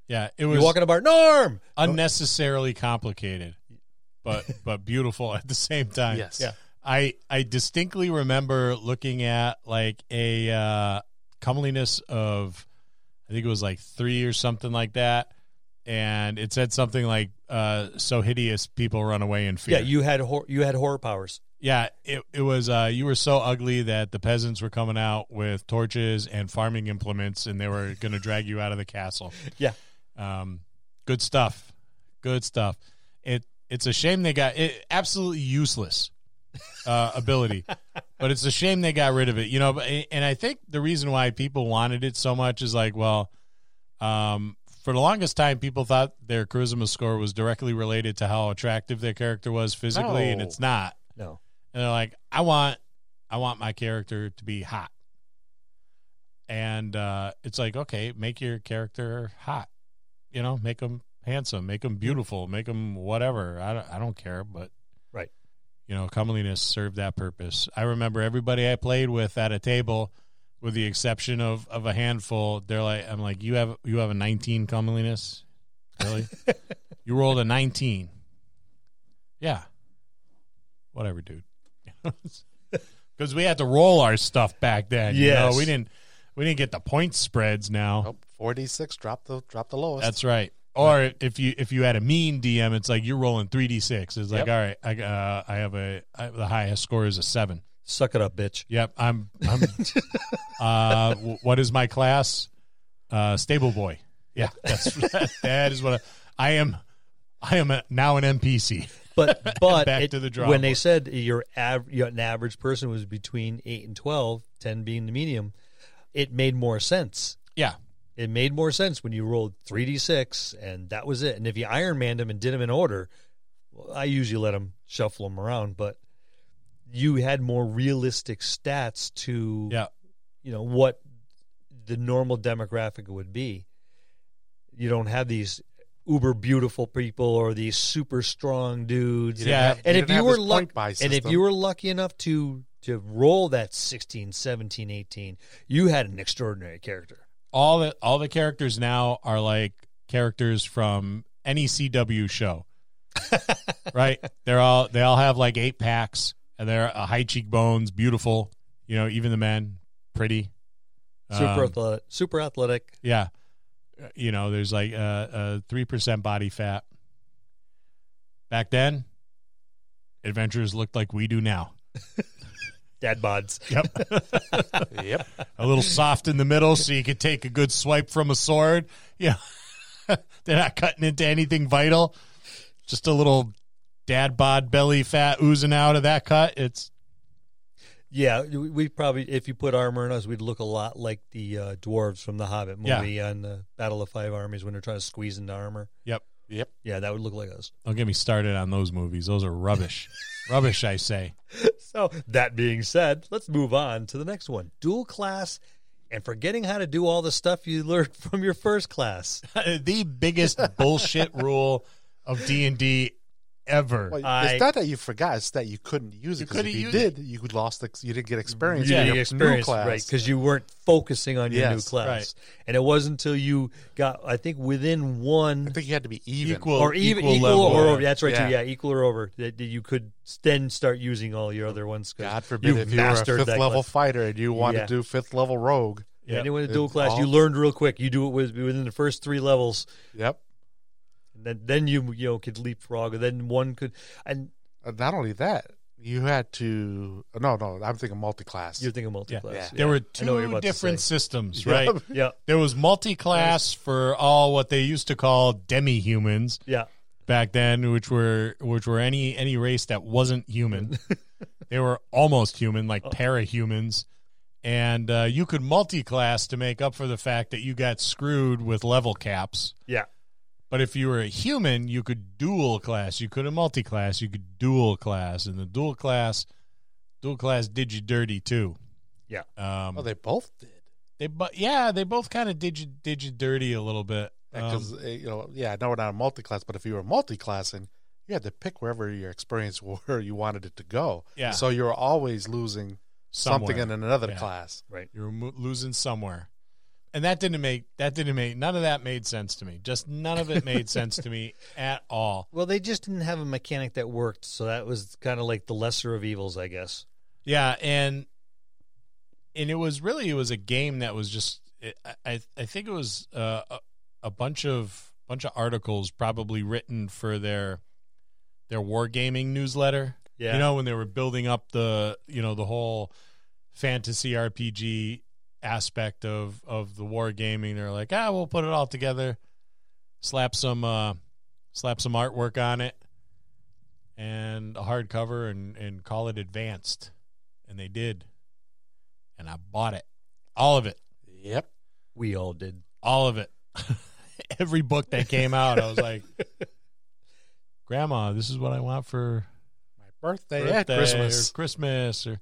B: yeah it
A: You
B: was
A: walk in a bar, Norm.
B: unnecessarily complicated but but beautiful at the same time
C: Yes.
A: Yeah.
B: I I distinctly remember looking at like a uh, comeliness of I think it was like three or something like that, and it said something like uh, "so hideous people run away in fear."
A: Yeah, you had hor- you had horror powers.
B: yeah. It it was uh, you were so ugly that the peasants were coming out with torches and farming implements, and they were going to drag you out of the castle.
A: Yeah.
B: Um, good stuff. Good stuff. It it's a shame they got it. Absolutely useless uh, ability, but it's a shame they got rid of it. You know, but- and I think the reason why people wanted it so much is like, well, um, for the longest time, people thought their charisma score was directly related to how attractive their character was physically, and
C: No.
B: it's not.
A: No,
B: And they're like, I want, I want my character to be hot. And uh, it's like, okay, make your character hot. You know, make them handsome, make them beautiful, make them whatever. I don't, I don't care, but
A: Right.
B: You know, comeliness served that purpose. I remember everybody I played with at a table, with the exception of of a handful. They're like, I'm like, you have you have a 19 comeliness, really? you rolled a 19. Yeah. Whatever, dude because we had to roll our stuff back then. Yeah,
A: Yes.
B: we didn't. we didn't get the point spreads now.
C: Nope, four d six. Drop Oh, the drop the lowest.
B: That's right. Or if you if you had a mean DM, it's like you're rolling three d six. It's like
C: Yep.
B: all right, I uh, I have a I, the highest score is a seven.
A: Suck it up, bitch.
B: Yep, I'm. I'm uh, w- what is my class? Uh, stable boy. Yeah, that's that is what I, I am. I am a, now an NPC.
A: But but
B: Back
A: it-
B: to the drawing
A: when they
B: board.
A: said your av- your- an average person was between eight and 12, 10 being the medium, it made more sense.
B: Yeah,
A: It made more sense when you rolled three d six and that was it. And if you Iron Manned them and did them in order, well, I usually let them shuffle them around, but you had more realistic stats to
B: yeah.
A: you know what the normal demographic would be. You don't have these uber beautiful people or these super strong dudes.
B: didn't have-
A: and
C: you
A: if
C: didn't
A: you
C: have
A: were
C: this point
A: luck,
C: buy
A: and if
C: system.
A: you were lucky enough to to roll that 16, 17, 18, you had an extraordinary character.
B: all the all the characters now are like characters from any CW show. right? They're all they all have like eight packs and they're uh, high cheekbones, beautiful, you know, even the men, pretty.
A: Super
B: Um,
A: athletic, super athletic.
B: Yeah. You know, there's like uh three percent body fat. Back then, adventures looked like we do now.
A: dad bods.
B: Yep.
C: yep.
B: a little soft in the middle so you could take a good swipe from a sword. Yeah. They're not cutting into anything vital. Just a little dad bod belly fat oozing out of that cut. It's
A: Yeah, we we probably if you put armor on us, we'd look a lot like the uh, dwarves from the Hobbit
B: Yeah.
A: movie on the Battle of Five Armies when they're trying to squeeze into armor.
B: yep.
C: Yep.
A: Yeah, that would look like us.
B: Don't get me started on those movies. Those are rubbish. rubbish, I say.
A: So that being said, let's move on to the next one: dual class, and forgetting how to do all the stuff you learned from your first class.
B: the biggest bullshit rule of D and D ever.
C: Well,
A: I-
C: it's not that you forgot; it's that you couldn't use
B: You
C: it. 'cause
B: couldn't
C: if you
B: use it.
C: did, you lost. Ex- you didn't get experience.
B: Yeah,
C: in
A: you
C: your
A: experience
C: new class.
A: right because you weren't focusing on your new
C: Yes,
A: class,
B: right.
A: and it wasn't until you got, I think, within one
C: I think you had to be even.
B: Equal.
A: or even equal,
B: level.
A: or over. That's right.
C: Yeah.
A: Too. Yeah, equal or over. That that you could then start using all your other ones. 'cause
C: God forbid
A: you've
C: if you were a
A: mastered
C: fifth
A: that
C: level
A: class.
C: fighter and you want
A: Yeah.
C: to do fifth level rogue.
B: Yep.
A: Anyone in dual
C: It's
A: class, you
C: all-
A: learned real quick. You do it with, within the first three levels,
C: Yep.
A: and then then you you know could leapfrog, and then one could. And
C: Uh, Not only that, you had to. No, no, I'm thinking multi class.
A: you're thinking multi class.
C: Yeah.
B: there were
A: I know what you're
B: two
A: about to
B: different
A: say.
B: systems,
C: Yeah.
B: right?
A: Yeah,
B: There was multi-class for all what they used to call demi-humans,
A: yeah.
B: back then, which were which were any any race that wasn't human. they were almost human, like parahumans, and uh, you could multi-class to make up for the fact that you got screwed with level caps.
A: Yeah.
B: But if you were a human, you could dual class. You could a multi-class. You could dual class, and the dual class, dual class did you dirty too.
A: Yeah.
B: Um,
C: Oh,
B: they
C: they both did.
B: but yeah, they both kind of did you did you dirty a little bit.
C: Because
B: Um,
C: eh, you know, yeah, I know we're not a multi class, but if you were multi classing, you had to pick wherever your experience where you wanted it to go.
B: Yeah.
C: So you were always losing something
B: somewhere.
C: in another
B: Yeah.
C: class.
B: You're mo- losing somewhere, and that didn't make that didn't make none of that made sense to me. Just none of it made sense to me at all.
A: Well, they just didn't have a mechanic that worked, so that was kind of like the lesser of evils, I guess.
B: Yeah, and and it was really it was a game that was just it, I- I I think it was uh, a, a bunch of bunch of articles probably written for their their wargaming newsletter.
A: Yeah,
B: You know, when they were building up the you know the whole fantasy RPG aspect of of the war gaming, they're like, ah, we'll put it all together, slap some uh, slap some artwork on it, and a hardcover, and and call it advanced, and they did, and I bought it, all of it,
C: Yep.
A: we all did.
B: all of it, every book that came out, I was like. Grandma, this is what I want for
C: My birthday,
B: birthday
C: and Christmas.
B: or Christmas or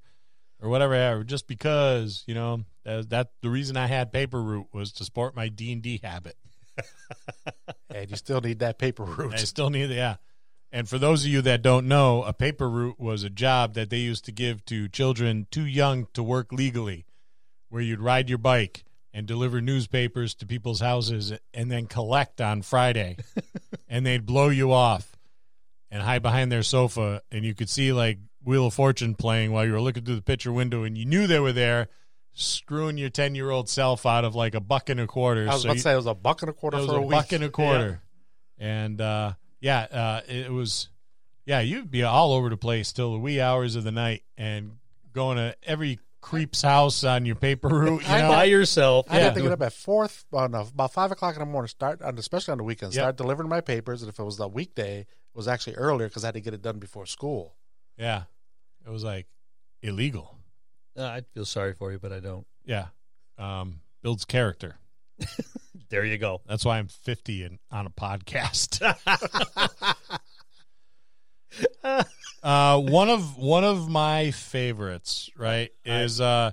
B: or whatever. ever, Just because you know that, that the reason I had paper route was to sport my D and D habit.
C: and you still need that paper route.
B: I still need yeah. And for those of you that don't know, a paper route was a job that they used to give to children too young to work legally, where you'd ride your bike and deliver newspapers to people's houses and then collect on Friday, and they'd blow you off and hide behind their sofa, and you could see like Wheel of Fortune playing while you were looking through the picture window, and you knew they were there, screwing your ten year old self out of like a buck and a quarter.
C: I was
B: so
C: about
B: you-
C: to say it was a buck and a quarter
B: it was
C: for
B: a,
C: a, week.
B: buck and a quarter, and uh, yeah, uh, it was. Yeah, you'd be all over the place till the wee hours of the night, and going to every creep's house on your paper route. You
C: I
B: know?
A: by yourself.
C: I
B: Yeah.
C: had to get up at four, well, no, about five o'clock in the morning. Start, on, especially on the weekends.
B: Yep.
C: Start delivering my papers, and if it was the weekday, it was actually earlier because I had to get it done before school.
B: Yeah. It was like illegal.
A: Uh, I feel sorry for you, but I don't.
B: Yeah. Um, builds character.
A: There you go.
B: That's why I'm 50 and on a podcast. uh, one of one of my favorites, right, is uh,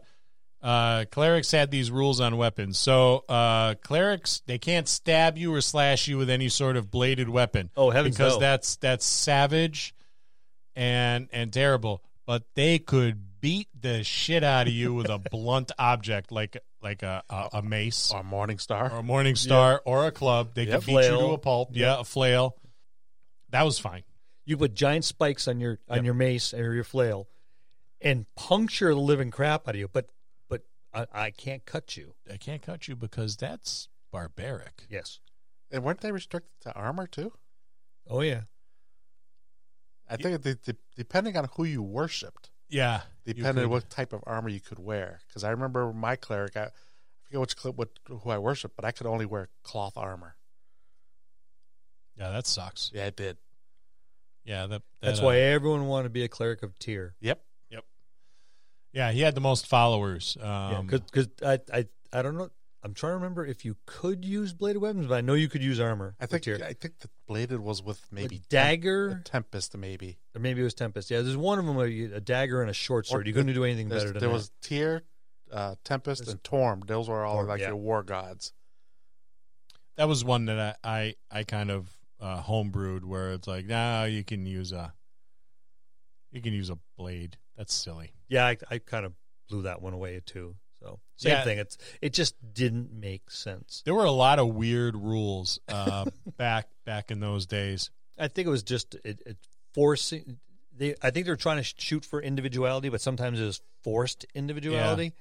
B: uh, clerics had these rules on weapons. So uh, clerics they can't stab you or slash you with any sort of bladed weapon.
A: Oh, heavens
B: because
A: no.
B: that's that's savage and and terrible. But they could beat the shit out of you with a blunt object like like a a, a mace
C: Or Morning Star.
B: or a Morning Star or a club. They
A: Yep.
B: could beat you
A: Flail.
B: to a pulp. Yeah, a flail. That was fine.
A: You put giant spikes on your on
B: Yep.
A: your mace or your flail, and puncture the living crap out of you. But but I, I can't cut you.
B: I can't cut you because that's barbaric.
A: Yes.
C: And weren't they restricted to armor too?
A: Oh yeah.
C: I think it de- de- depending on who you worshipped,
B: Yeah. you
C: depending
B: could-
C: on what type of armor you could wear. Because I remember my cleric, I, I forget which clip, what who I worshipped, but I could only wear cloth armor.
B: Yeah, that sucks.
C: Yeah, I did.
B: Yeah, that, that,
A: That's
B: uh,
A: why everyone wanted to be a cleric of tier.
C: Yep.
B: Yeah, he had the most followers.
A: Yeah,
B: Um,
A: because I, I I don't know. I'm trying to remember if you could use bladed weapons, but I know you could use armor.
C: I
A: of
C: think
A: tier.
C: I think the bladed was with maybe
A: a
C: Temp-
A: dagger,
C: Tempest, maybe.
A: or maybe it was tempest. Yeah, there's one of them a, a dagger and a short sword.
C: Or
A: You couldn't do anything
C: There's-
A: better than
C: there
A: that.
C: was Tyr, uh, Tempest,
A: There's-
C: and Torm. Those were all
A: Torm,
C: like
A: yeah.
C: your war gods.
B: that was one that I, I, I kind of uh, homebrewed where it's like, nah, you can use a you can use a blade. That's silly.
A: Yeah, I, I kind of blew that one away too. So same
B: Yeah.
A: thing. It's it just didn't make sense.
B: There were a lot of weird rules uh, back back in those days.
A: I think it was just it, it forcing. They I think they're trying to sh- shoot for individuality, but sometimes it is forced individuality.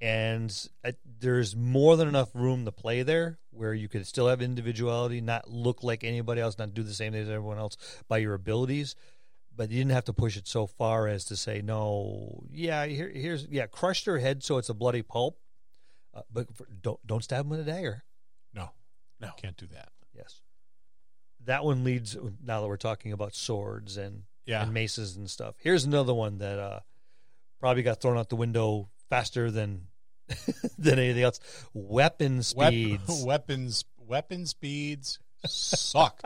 A: And I, there's more than enough room to play there where you could still have individuality, not look like anybody else, not do the same thing as everyone else by your abilities. But you didn't have to push it so far as to say, no, yeah, here, here's, yeah, crush their head so it's a bloody pulp. Uh, but for, don't, don't stab them with a dagger.
B: No,
A: No.
B: can't do that.
A: Yes. That one leads now that we're talking about swords and,
B: Yeah,
A: and maces and stuff. Here's another one that uh, probably got thrown out the window faster than than anything else. Weapon speeds.
B: Wep- weapons weapon speeds sucked.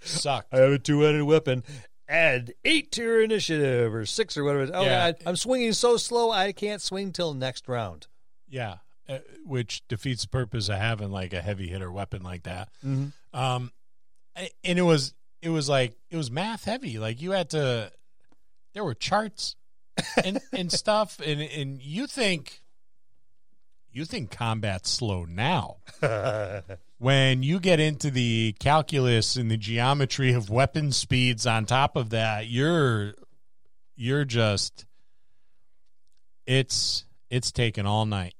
B: sucked.
A: I have a two-handed weapon. Add eight to your initiative or six or whatever. it is. Oh,
B: Yeah.
A: God, I'm swinging so slow I can't swing till next round.
B: yeah, uh, which defeats the purpose of having like a heavy hitter weapon like that.
A: Mm-hmm.
B: Um, I- and it was it was like it was math heavy. Like you had to. There were charts and and stuff, and and you think you think combat's slow now. Mm-hmm. when you get into the calculus and the geometry of weapon speeds on top of that you're you're just it's it's taken all night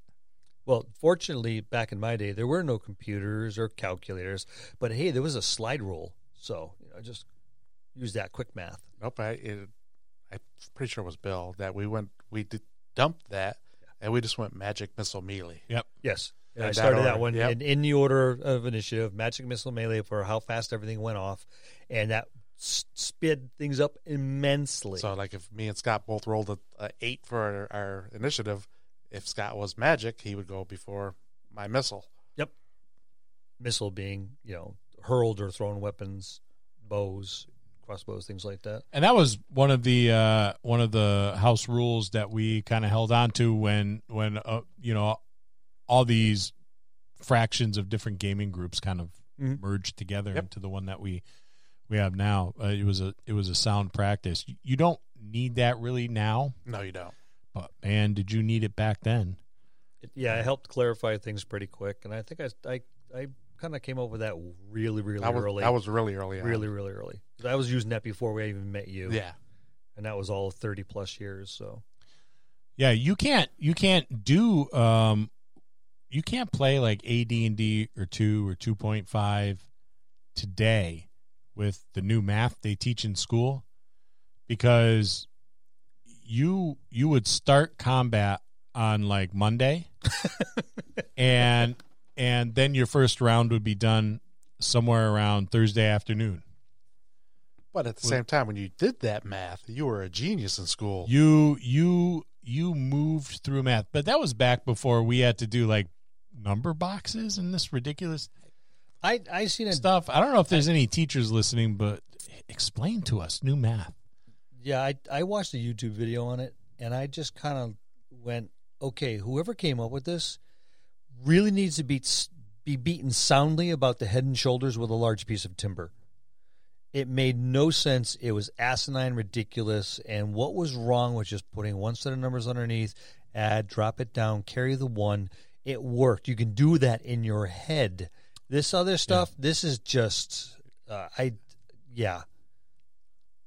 A: Well, fortunately, back in my day, there were no computers or calculators, but hey, there was a slide rule. So you know, just use that quick math.
C: Nope. I, it, I'm pretty sure it was Bill that we went, we did, dumped that, and we just went magic missile melee.
A: Yes. And
C: In
A: I
C: that
A: started that
C: order,
A: one
C: yep.
A: in, in the order of initiative Magic Missile Melee for how fast everything went off. And that s- sped things up immensely.
C: So, like, if me and Scott both rolled a, a eight for our, our initiative, if Scott was magic, he would go before my missile.
A: Missile being, you know, hurled or thrown weapons, bows, crossbows, things like that.
B: and that was one of the uh one of the house rules that we kind of held on to when when uh, you know all these fractions of different gaming groups kind of
A: Mhm.
B: merged together
C: Yep.
B: into the one that we we have now uh, it was a it was a sound practice You- you don't need that really now
C: No, you don't.
B: But man, did you need it back then?
A: It, yeah, it helped clarify things pretty quick. And I think I, I, I kind of came up with that really, really
C: I was,
A: early.
C: I was really early. on.
A: really, really early. 'Cause I was using that before we even met you.
C: Yeah.
A: And that was all 30 plus years. So
B: Yeah, you can't you can't do um you can't play like AD&D or 2 or 2.5 today with the new math they teach in school because you you would start combat on like Monday and and then your first round would be done somewhere around Thursday afternoon.
C: But at the same time, when you did that math, you were a genius in school.
B: You you you moved through math, but that was back before we had to do like number boxes and this ridiculous
A: I I seen a
B: stuff. I don't know if there's any teachers listening, but explain to us new math.
A: yeah I I watched a YouTube video on it and I just kind of went okay whoever came up with this really needs to be be beaten soundly about the head and shoulders with a large piece of timber. It made no sense. It was asinine, ridiculous, and what was wrong was just putting one set of numbers underneath, add, drop it down, carry the one. It worked. You can do that in your head. This other stuff, this is just uh, I, yeah.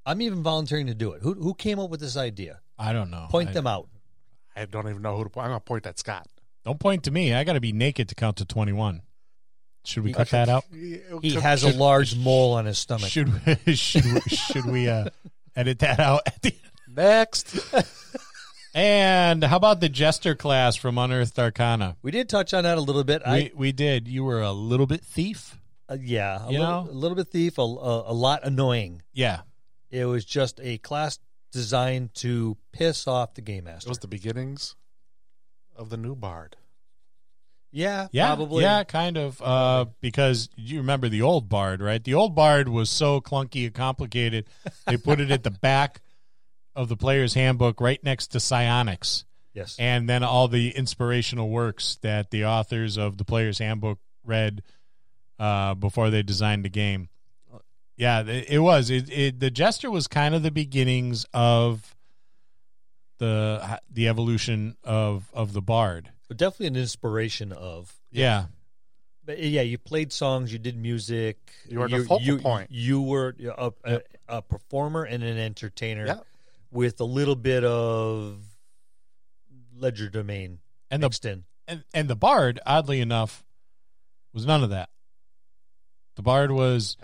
A: I'm even volunteering to do it. Who who came up with this idea?
B: I don't know.
A: Point
B: I-
A: them out.
C: I don't even know who to point. I'm going to point at Scott.
B: Don't point to me. I got to be naked to count to 21. Should we
A: He-
B: cut that out?
A: He has a large mole on his stomach.
B: Should we, should we, should we uh, edit that out at the
C: Next.
B: And how about the jester class from Unearthed Arcana?
A: We did touch on that a little bit. I
B: we we did. You were a little bit thief.
A: Uh, yeah, a
B: You
A: little,
B: know?
A: a little bit thief, a, a, a lot annoying.
B: Yeah.
A: It was just a class designed to piss off the game
C: It
A: master.
C: was the beginnings of the new bard.
A: yeah,
B: Yeah.
A: probably.
B: Yeah, kind of. Uh, because you remember the old bard, right? The old bard was so clunky and complicated. They put it at the back of the player's handbook, right next to psionics,
A: Yes.
B: and then all the inspirational works that the authors of the player's handbook read uh, before they designed the game. Yeah, it, it was. It, it the jester was kind of the beginnings of the the evolution of of the bard.
A: But definitely an inspiration of.
B: Yeah,
A: But yeah, you played songs, you did music.
C: You were the focal
A: you,
C: point.
A: You were a, a, a performer and an entertainer
C: Yeah.
A: with a little bit of ledger domain
B: and the
A: mixed in.
B: and, and the bard, oddly enough, was none of that. The bard was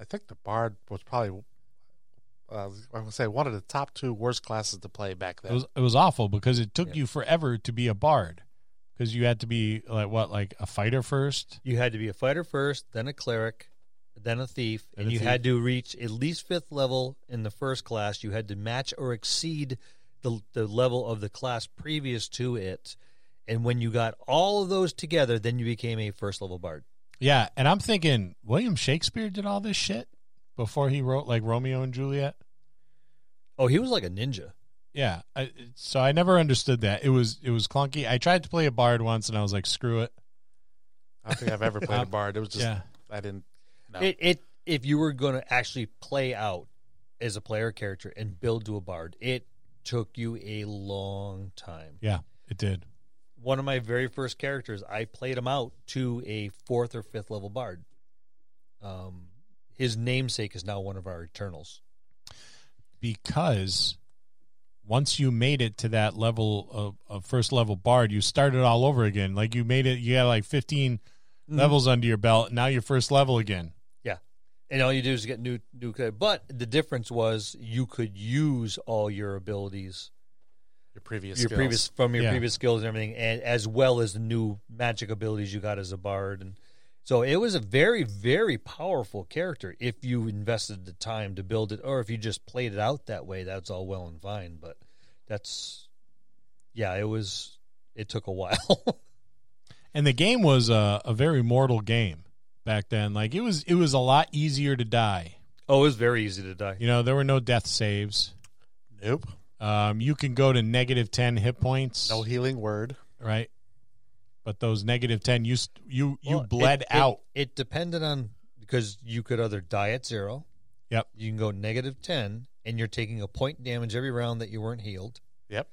C: I think the bard was probably, uh, I would say, one of the top two worst classes to play back
B: it
C: then.
B: was it was awful because it took
A: Yeah.
B: you forever to be a bard because you had to be like what like a fighter first.
A: you had to be a fighter first, then a cleric, then a thief, and,
B: And a
A: you
B: thief.
A: had to reach at least fifth level in the first class. You had to match or exceed the the level of the class previous to it. And when you got all of those together, then you became a first level bard.
B: Yeah, and I'm thinking William Shakespeare did all this shit before he wrote like Romeo and Juliet.
A: Oh, he was like a ninja.
B: Yeah, I, so I never understood that. It was it was clunky. I tried to play a bard once and I was like, screw it.
C: I don't think I've ever played a
B: Um,
C: bard. It was just,
B: yeah,
C: I didn't. No.
A: It, it if you were going to actually play out as a player character and build to a bard, it took you a long time.
B: yeah, it did.
A: One of my very first characters, I played him out to a fourth or fifth level bard. Um, his namesake is now one of our Eternals.
B: because once you made it to that level of, of first level bard, you started all over again. Like you made it, you had like 15
A: Mm-hmm.
B: levels under your belt. Now you're first level again.
A: and all you do is get new new. But the difference was you could use all your abilities,
C: your previous
A: your
C: skills.
A: previous from your
B: Yeah.
A: previous skills and everything, and as well as the new magic abilities you got as a bard. And so it was a very very powerful character if you invested the time to build it, or if you just played it out that way. That's all well and fine, but that's yeah, it was. It took a while.
B: And the game was a, a very mortal game back then. Like it was, it was a lot easier to die.
A: oh, it was very easy to die.
B: You know, there were no death saves.
C: Nope.
B: Um, you can go to negative 10 hit points,
C: No healing word.
B: right? But those negative 10, you, st- you, you
A: Well, it-
B: bled
A: it-
B: out.
A: It, depended on because you could either die at zero.
B: Yep.
A: You can go negative ten, and you're taking a point damage every round that you weren't healed.
C: Yep.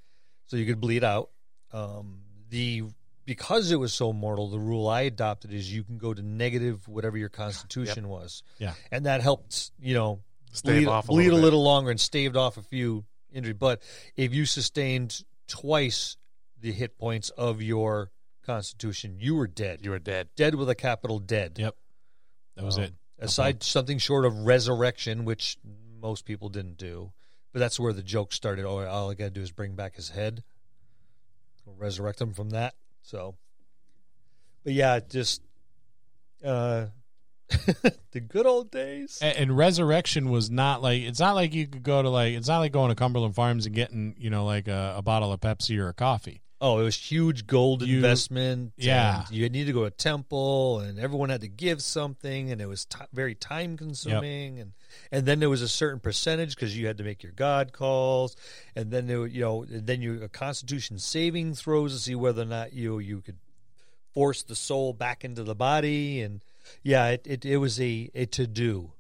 A: So you could bleed out. Um, the because it was so mortal, the rule I adopted is you can go to negative whatever your constitution was.
B: Yeah.
A: And that helped, you know,
C: Stave
A: bleed,
C: off a
A: bleed a
C: little bit.
A: little longer and staved off a few injuries. But if you sustained twice the hit points of your constitution, you were dead.
C: You were dead.
A: dead with a capital dead.
B: Yep. That was
A: Um,
B: it.
A: Aside something short of resurrection, which most people didn't do, but that's where the joke started. Oh, all I got to do is bring back his head. We'll resurrect him from that. So, but yeah, it just uh, the good old days.
B: A- and resurrection was not like it's not like you could go to like it's not like going to Cumberland Farms and getting you know like a, a bottle of Pepsi or a coffee.
A: Oh, it was huge gold
B: You-
A: investment. and
B: yeah.
A: you need to go to a temple, and everyone had to give something, and it was ti very time consuming, and and then there was a certain percentage because you had to make your god calls, and then there, were, you know, and then you a constitution saving throws to see whether or not you you could force the soul back into the body, and yeah, it it, it was a a to do.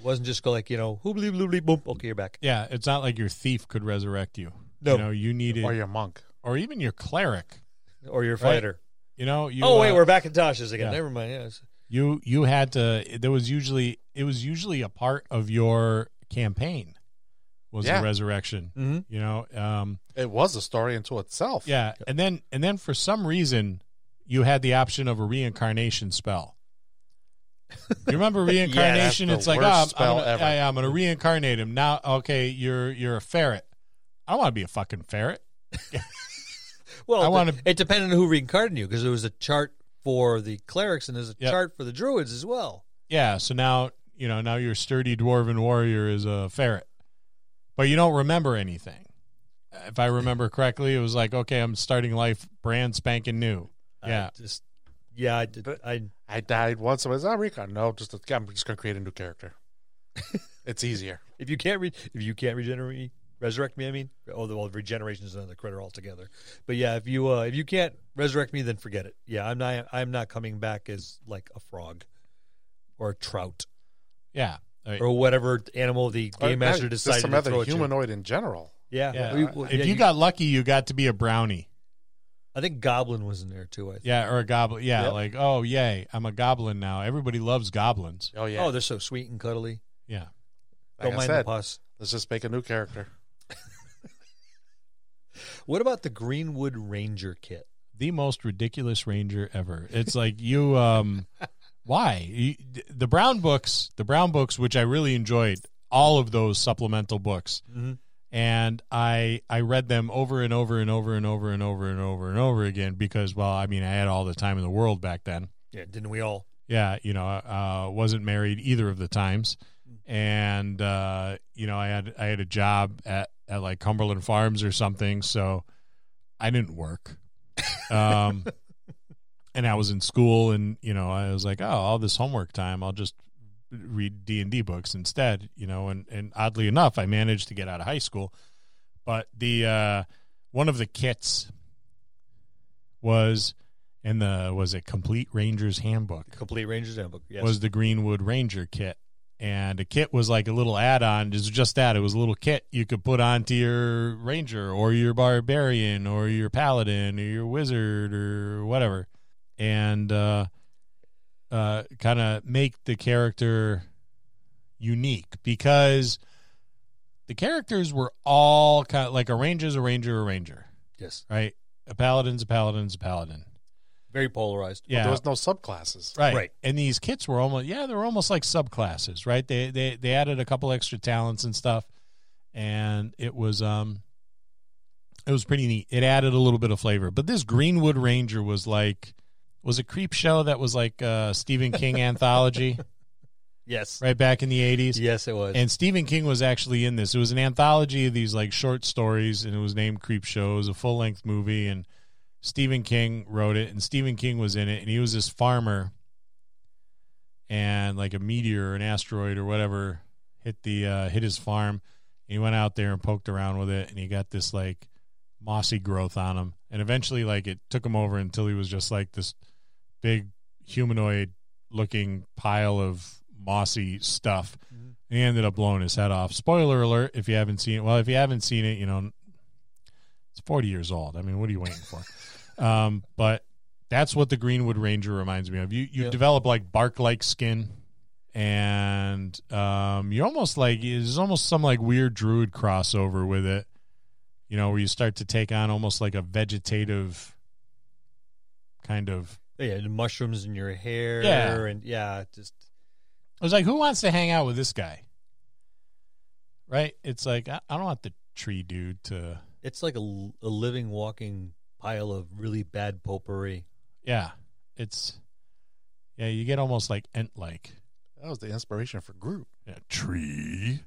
A: It wasn't just go like you know, hoobly bloobly boom, okay, you're back.
B: Yeah, it's not like your thief could resurrect you.
A: No.
B: you know you needed
C: Or
B: or,
C: you're a monk.
B: even your cleric.
A: or you're a
B: Right.
A: fighter.
B: You know you.
A: oh wait,
B: uh,
A: we're back at Tasha's again.
B: yeah.
A: Never mind. Yeah, it's-
B: you you had to. There was usually it was usually a part of your campaign was
C: Yeah.
B: the resurrection.
A: Mhm.
B: You know, um,
C: It was a story unto itself.
B: yeah, and then and then for some reason you had the option of a reincarnation spell. You remember reincarnation?
C: the
B: it's like oh,
C: worst
B: I'm,
C: spell
B: gonna,
C: ever.
B: I, am gonna reincarnate him now. Okay, you're you're a ferret. I don't want to be a fucking ferret.
A: Well,
B: I
A: the-
B: wanna-
A: It depended on who reincarnated you, because there was a chart for the clerics and there's a
B: Yep.
A: chart for the druids as well.
B: Yeah. So now you know now your sturdy dwarven warrior is a ferret, but you don't remember anything. If I remember correctly, it was like okay, I'm starting life brand spanking new. Yeah.
A: I just yeah, I did.
C: But-
A: I
C: I died once. I was not recon. No, just a, I'm just gonna create a new character. it's easier.
A: if you can't re- if you can't regenerate me, resurrect me, I mean, oh, well, regeneration is another critter altogether. But yeah, if you uh, if you can't resurrect me, then forget it. Yeah, I'm not I'm not coming back as like a frog or a trout
B: Yeah. All right.
A: or whatever animal the
C: Or
A: game
C: not-
A: master
C: Oh, just
A: decided
C: some
A: to
C: other
A: throw at you.
C: humanoid in general.
A: Yeah,
B: Yeah.
A: We- well,
B: if
A: yeah,
B: you, got lucky, you got to be a brownie.
A: I think goblin was in there too. I think.
B: Yeah, or a goblin. Yeah,
A: Yep.
B: like oh yay, I'm a goblin now. Everybody loves goblins.
C: Oh yeah.
A: Oh, they're so sweet and cuddly.
B: Yeah,
C: like
A: Don't
C: I
A: mind the
C: said,
A: pus.
C: let's just make a new character.
A: What about the Greenwood Ranger kit?
B: the most ridiculous ranger ever. It's like you, um, why you, the brown books? The brown books, which I really enjoyed, all of those supplemental books,
A: Mhm.
B: and I I read them over and over and over and over and over and over and over again because well, I mean, I had all the time in the world back then.
A: Yeah, didn't we all?
B: yeah you know uh wasn't married either of the times and uh you know i had i had a job at at like cumberland farms or something so i didn't work um and i was in school and you know i was like oh all this homework time i'll just read d&d books instead you know and and oddly enough i managed to get out of high school but the uh one of the kits was in the was it complete ranger's handbook
A: Complete Rangers Handbook. Yes.
B: was the Greenwood Ranger kit. And a kit was like a little add on. It's just that. It was a little kit you could put onto your ranger or your barbarian or your paladin or your wizard or whatever. And uh, uh, kind of make the character unique because the characters were all kind of like a ranger's a ranger, a ranger,
A: yes.
B: right? A paladin's a paladin's a paladin.
A: Very polarized.
B: Yeah.
C: There was no subclasses.
B: Right.
A: Right.
B: And these kits were almost yeah, they were almost like subclasses, right? They they they added a couple extra talents and stuff. And it was um it was pretty neat. It added a little bit of flavor. But this Greenwood Ranger was like was a creep show that was like uh Stephen King anthology
A: Yes.
B: right back in the 80s.
A: Yes, it was.
B: And Stephen King was actually in this. It was an anthology of these like short stories, and it was named Creep Show. It was a full length movie, and Stephen King wrote it, and Stephen King was in it, and he was this farmer, and like a meteor or an asteroid or whatever hit the uh, hit his farm, and he went out there and poked around with it, and he got this like mossy growth on him, and eventually like it took him over until he was just like this big humanoid looking pile of mossy stuff.
A: Mhm.
B: He ended up blowing his head off. Spoiler alert if you haven't seen it. Well, if you haven't seen it, you know, it's 40 years old. I mean, what are you waiting for? um, but that's what the Greenwood Ranger reminds me of. You you
A: Yeah.
B: develop like bark like skin and um, you're almost like there's almost some like weird druid crossover with it. you know, where you start to take on almost like a vegetative kind of.
A: Yeah, the mushrooms in your hair.
B: Yeah.
A: and yeah, just
B: I was like, who wants to hang out with this guy? Right? It's like I, I don't want the tree dude to.
A: it's like a, l- a living, walking pile of really bad potpourri.
B: Yeah, it's yeah. You get almost like ent like
C: That was the inspiration for Groot.
B: yeah, tree.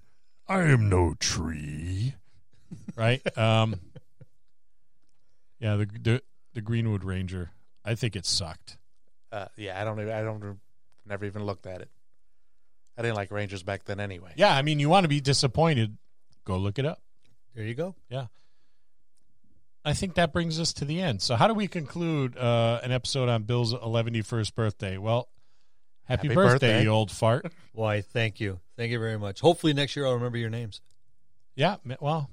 B: I am no tree. right. Um. Yeah the the the Greenwood Ranger. I think it sucked.
C: Uh, yeah, I don't even. I don't. re- Never even looked at it. I didn't like Rangers back then anyway.
B: Yeah, I mean, you want to be disappointed? Go look it up.
A: There you go.
B: I think that brings us to the end. So, how do we conclude uh, an episode on Bill's 111st birthday? Well, happy,
C: Happy
B: birthday,
C: birthday.
B: you old fart.
A: Why? Thank you. Thank you very much. Hopefully next year I'll remember your names.
B: yeah, m- well,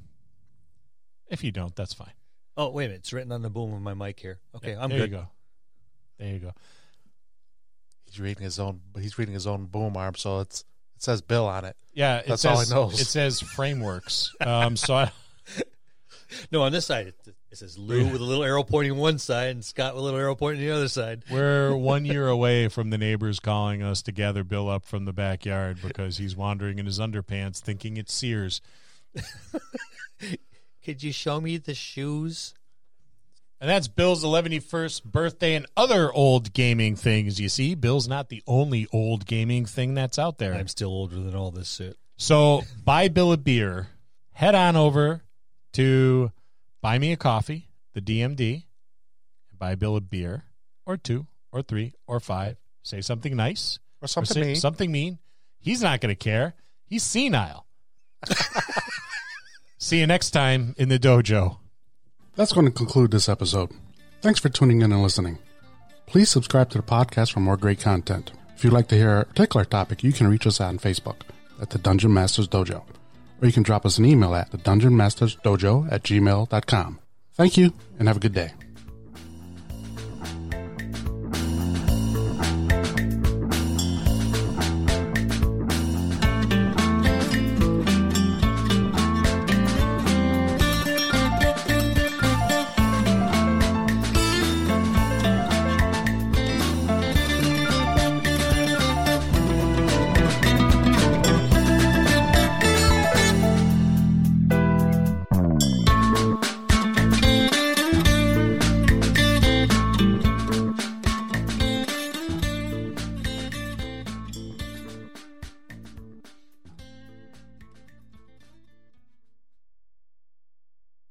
B: if you don't, that's fine.
A: Oh wait a minute, it's written on the boom of my mic here. Okay,
B: Yeah,
A: I'm
B: there
A: good.
B: You go. There you go.
C: He's reading his own. He's reading his own boom arm, so it's it says Bill on it.
B: Yeah, it
C: That's all
B: says,
C: it knows.
B: It says frameworks. um, so, I,
A: No, on this side it, it says Lou with a little arrow pointing one side and Scott with a little arrow pointing the other side.
B: we're one year away from the neighbors calling us to gather Bill up from the backyard because he's wandering in his underpants thinking it's Sears.
A: Could you show me the shoes?
B: And that's Bill's 111st birthday and other old gaming things. You see, Bill's not the only old gaming thing that's out there.
A: I'm still older than all this shit.
B: So buy Bill a beer. Head on over to Buy Me a Coffee, the DMD. Buy Bill a beer or two or three or five. Say something nice
C: Or
B: or
C: something
B: say
C: mean.
B: something mean. He's not going to care. He's senile. See you next time in the dojo.
D: That's going to conclude this episode. Thanks for tuning in and listening. Please subscribe to the podcast for more great content. If you'd like to hear a particular topic, you can reach us on Facebook at the Dungeon Masters Dojo, or you can drop us an email at the Dungeon Masters Dojo at gmail.com. Thank you and have a good day.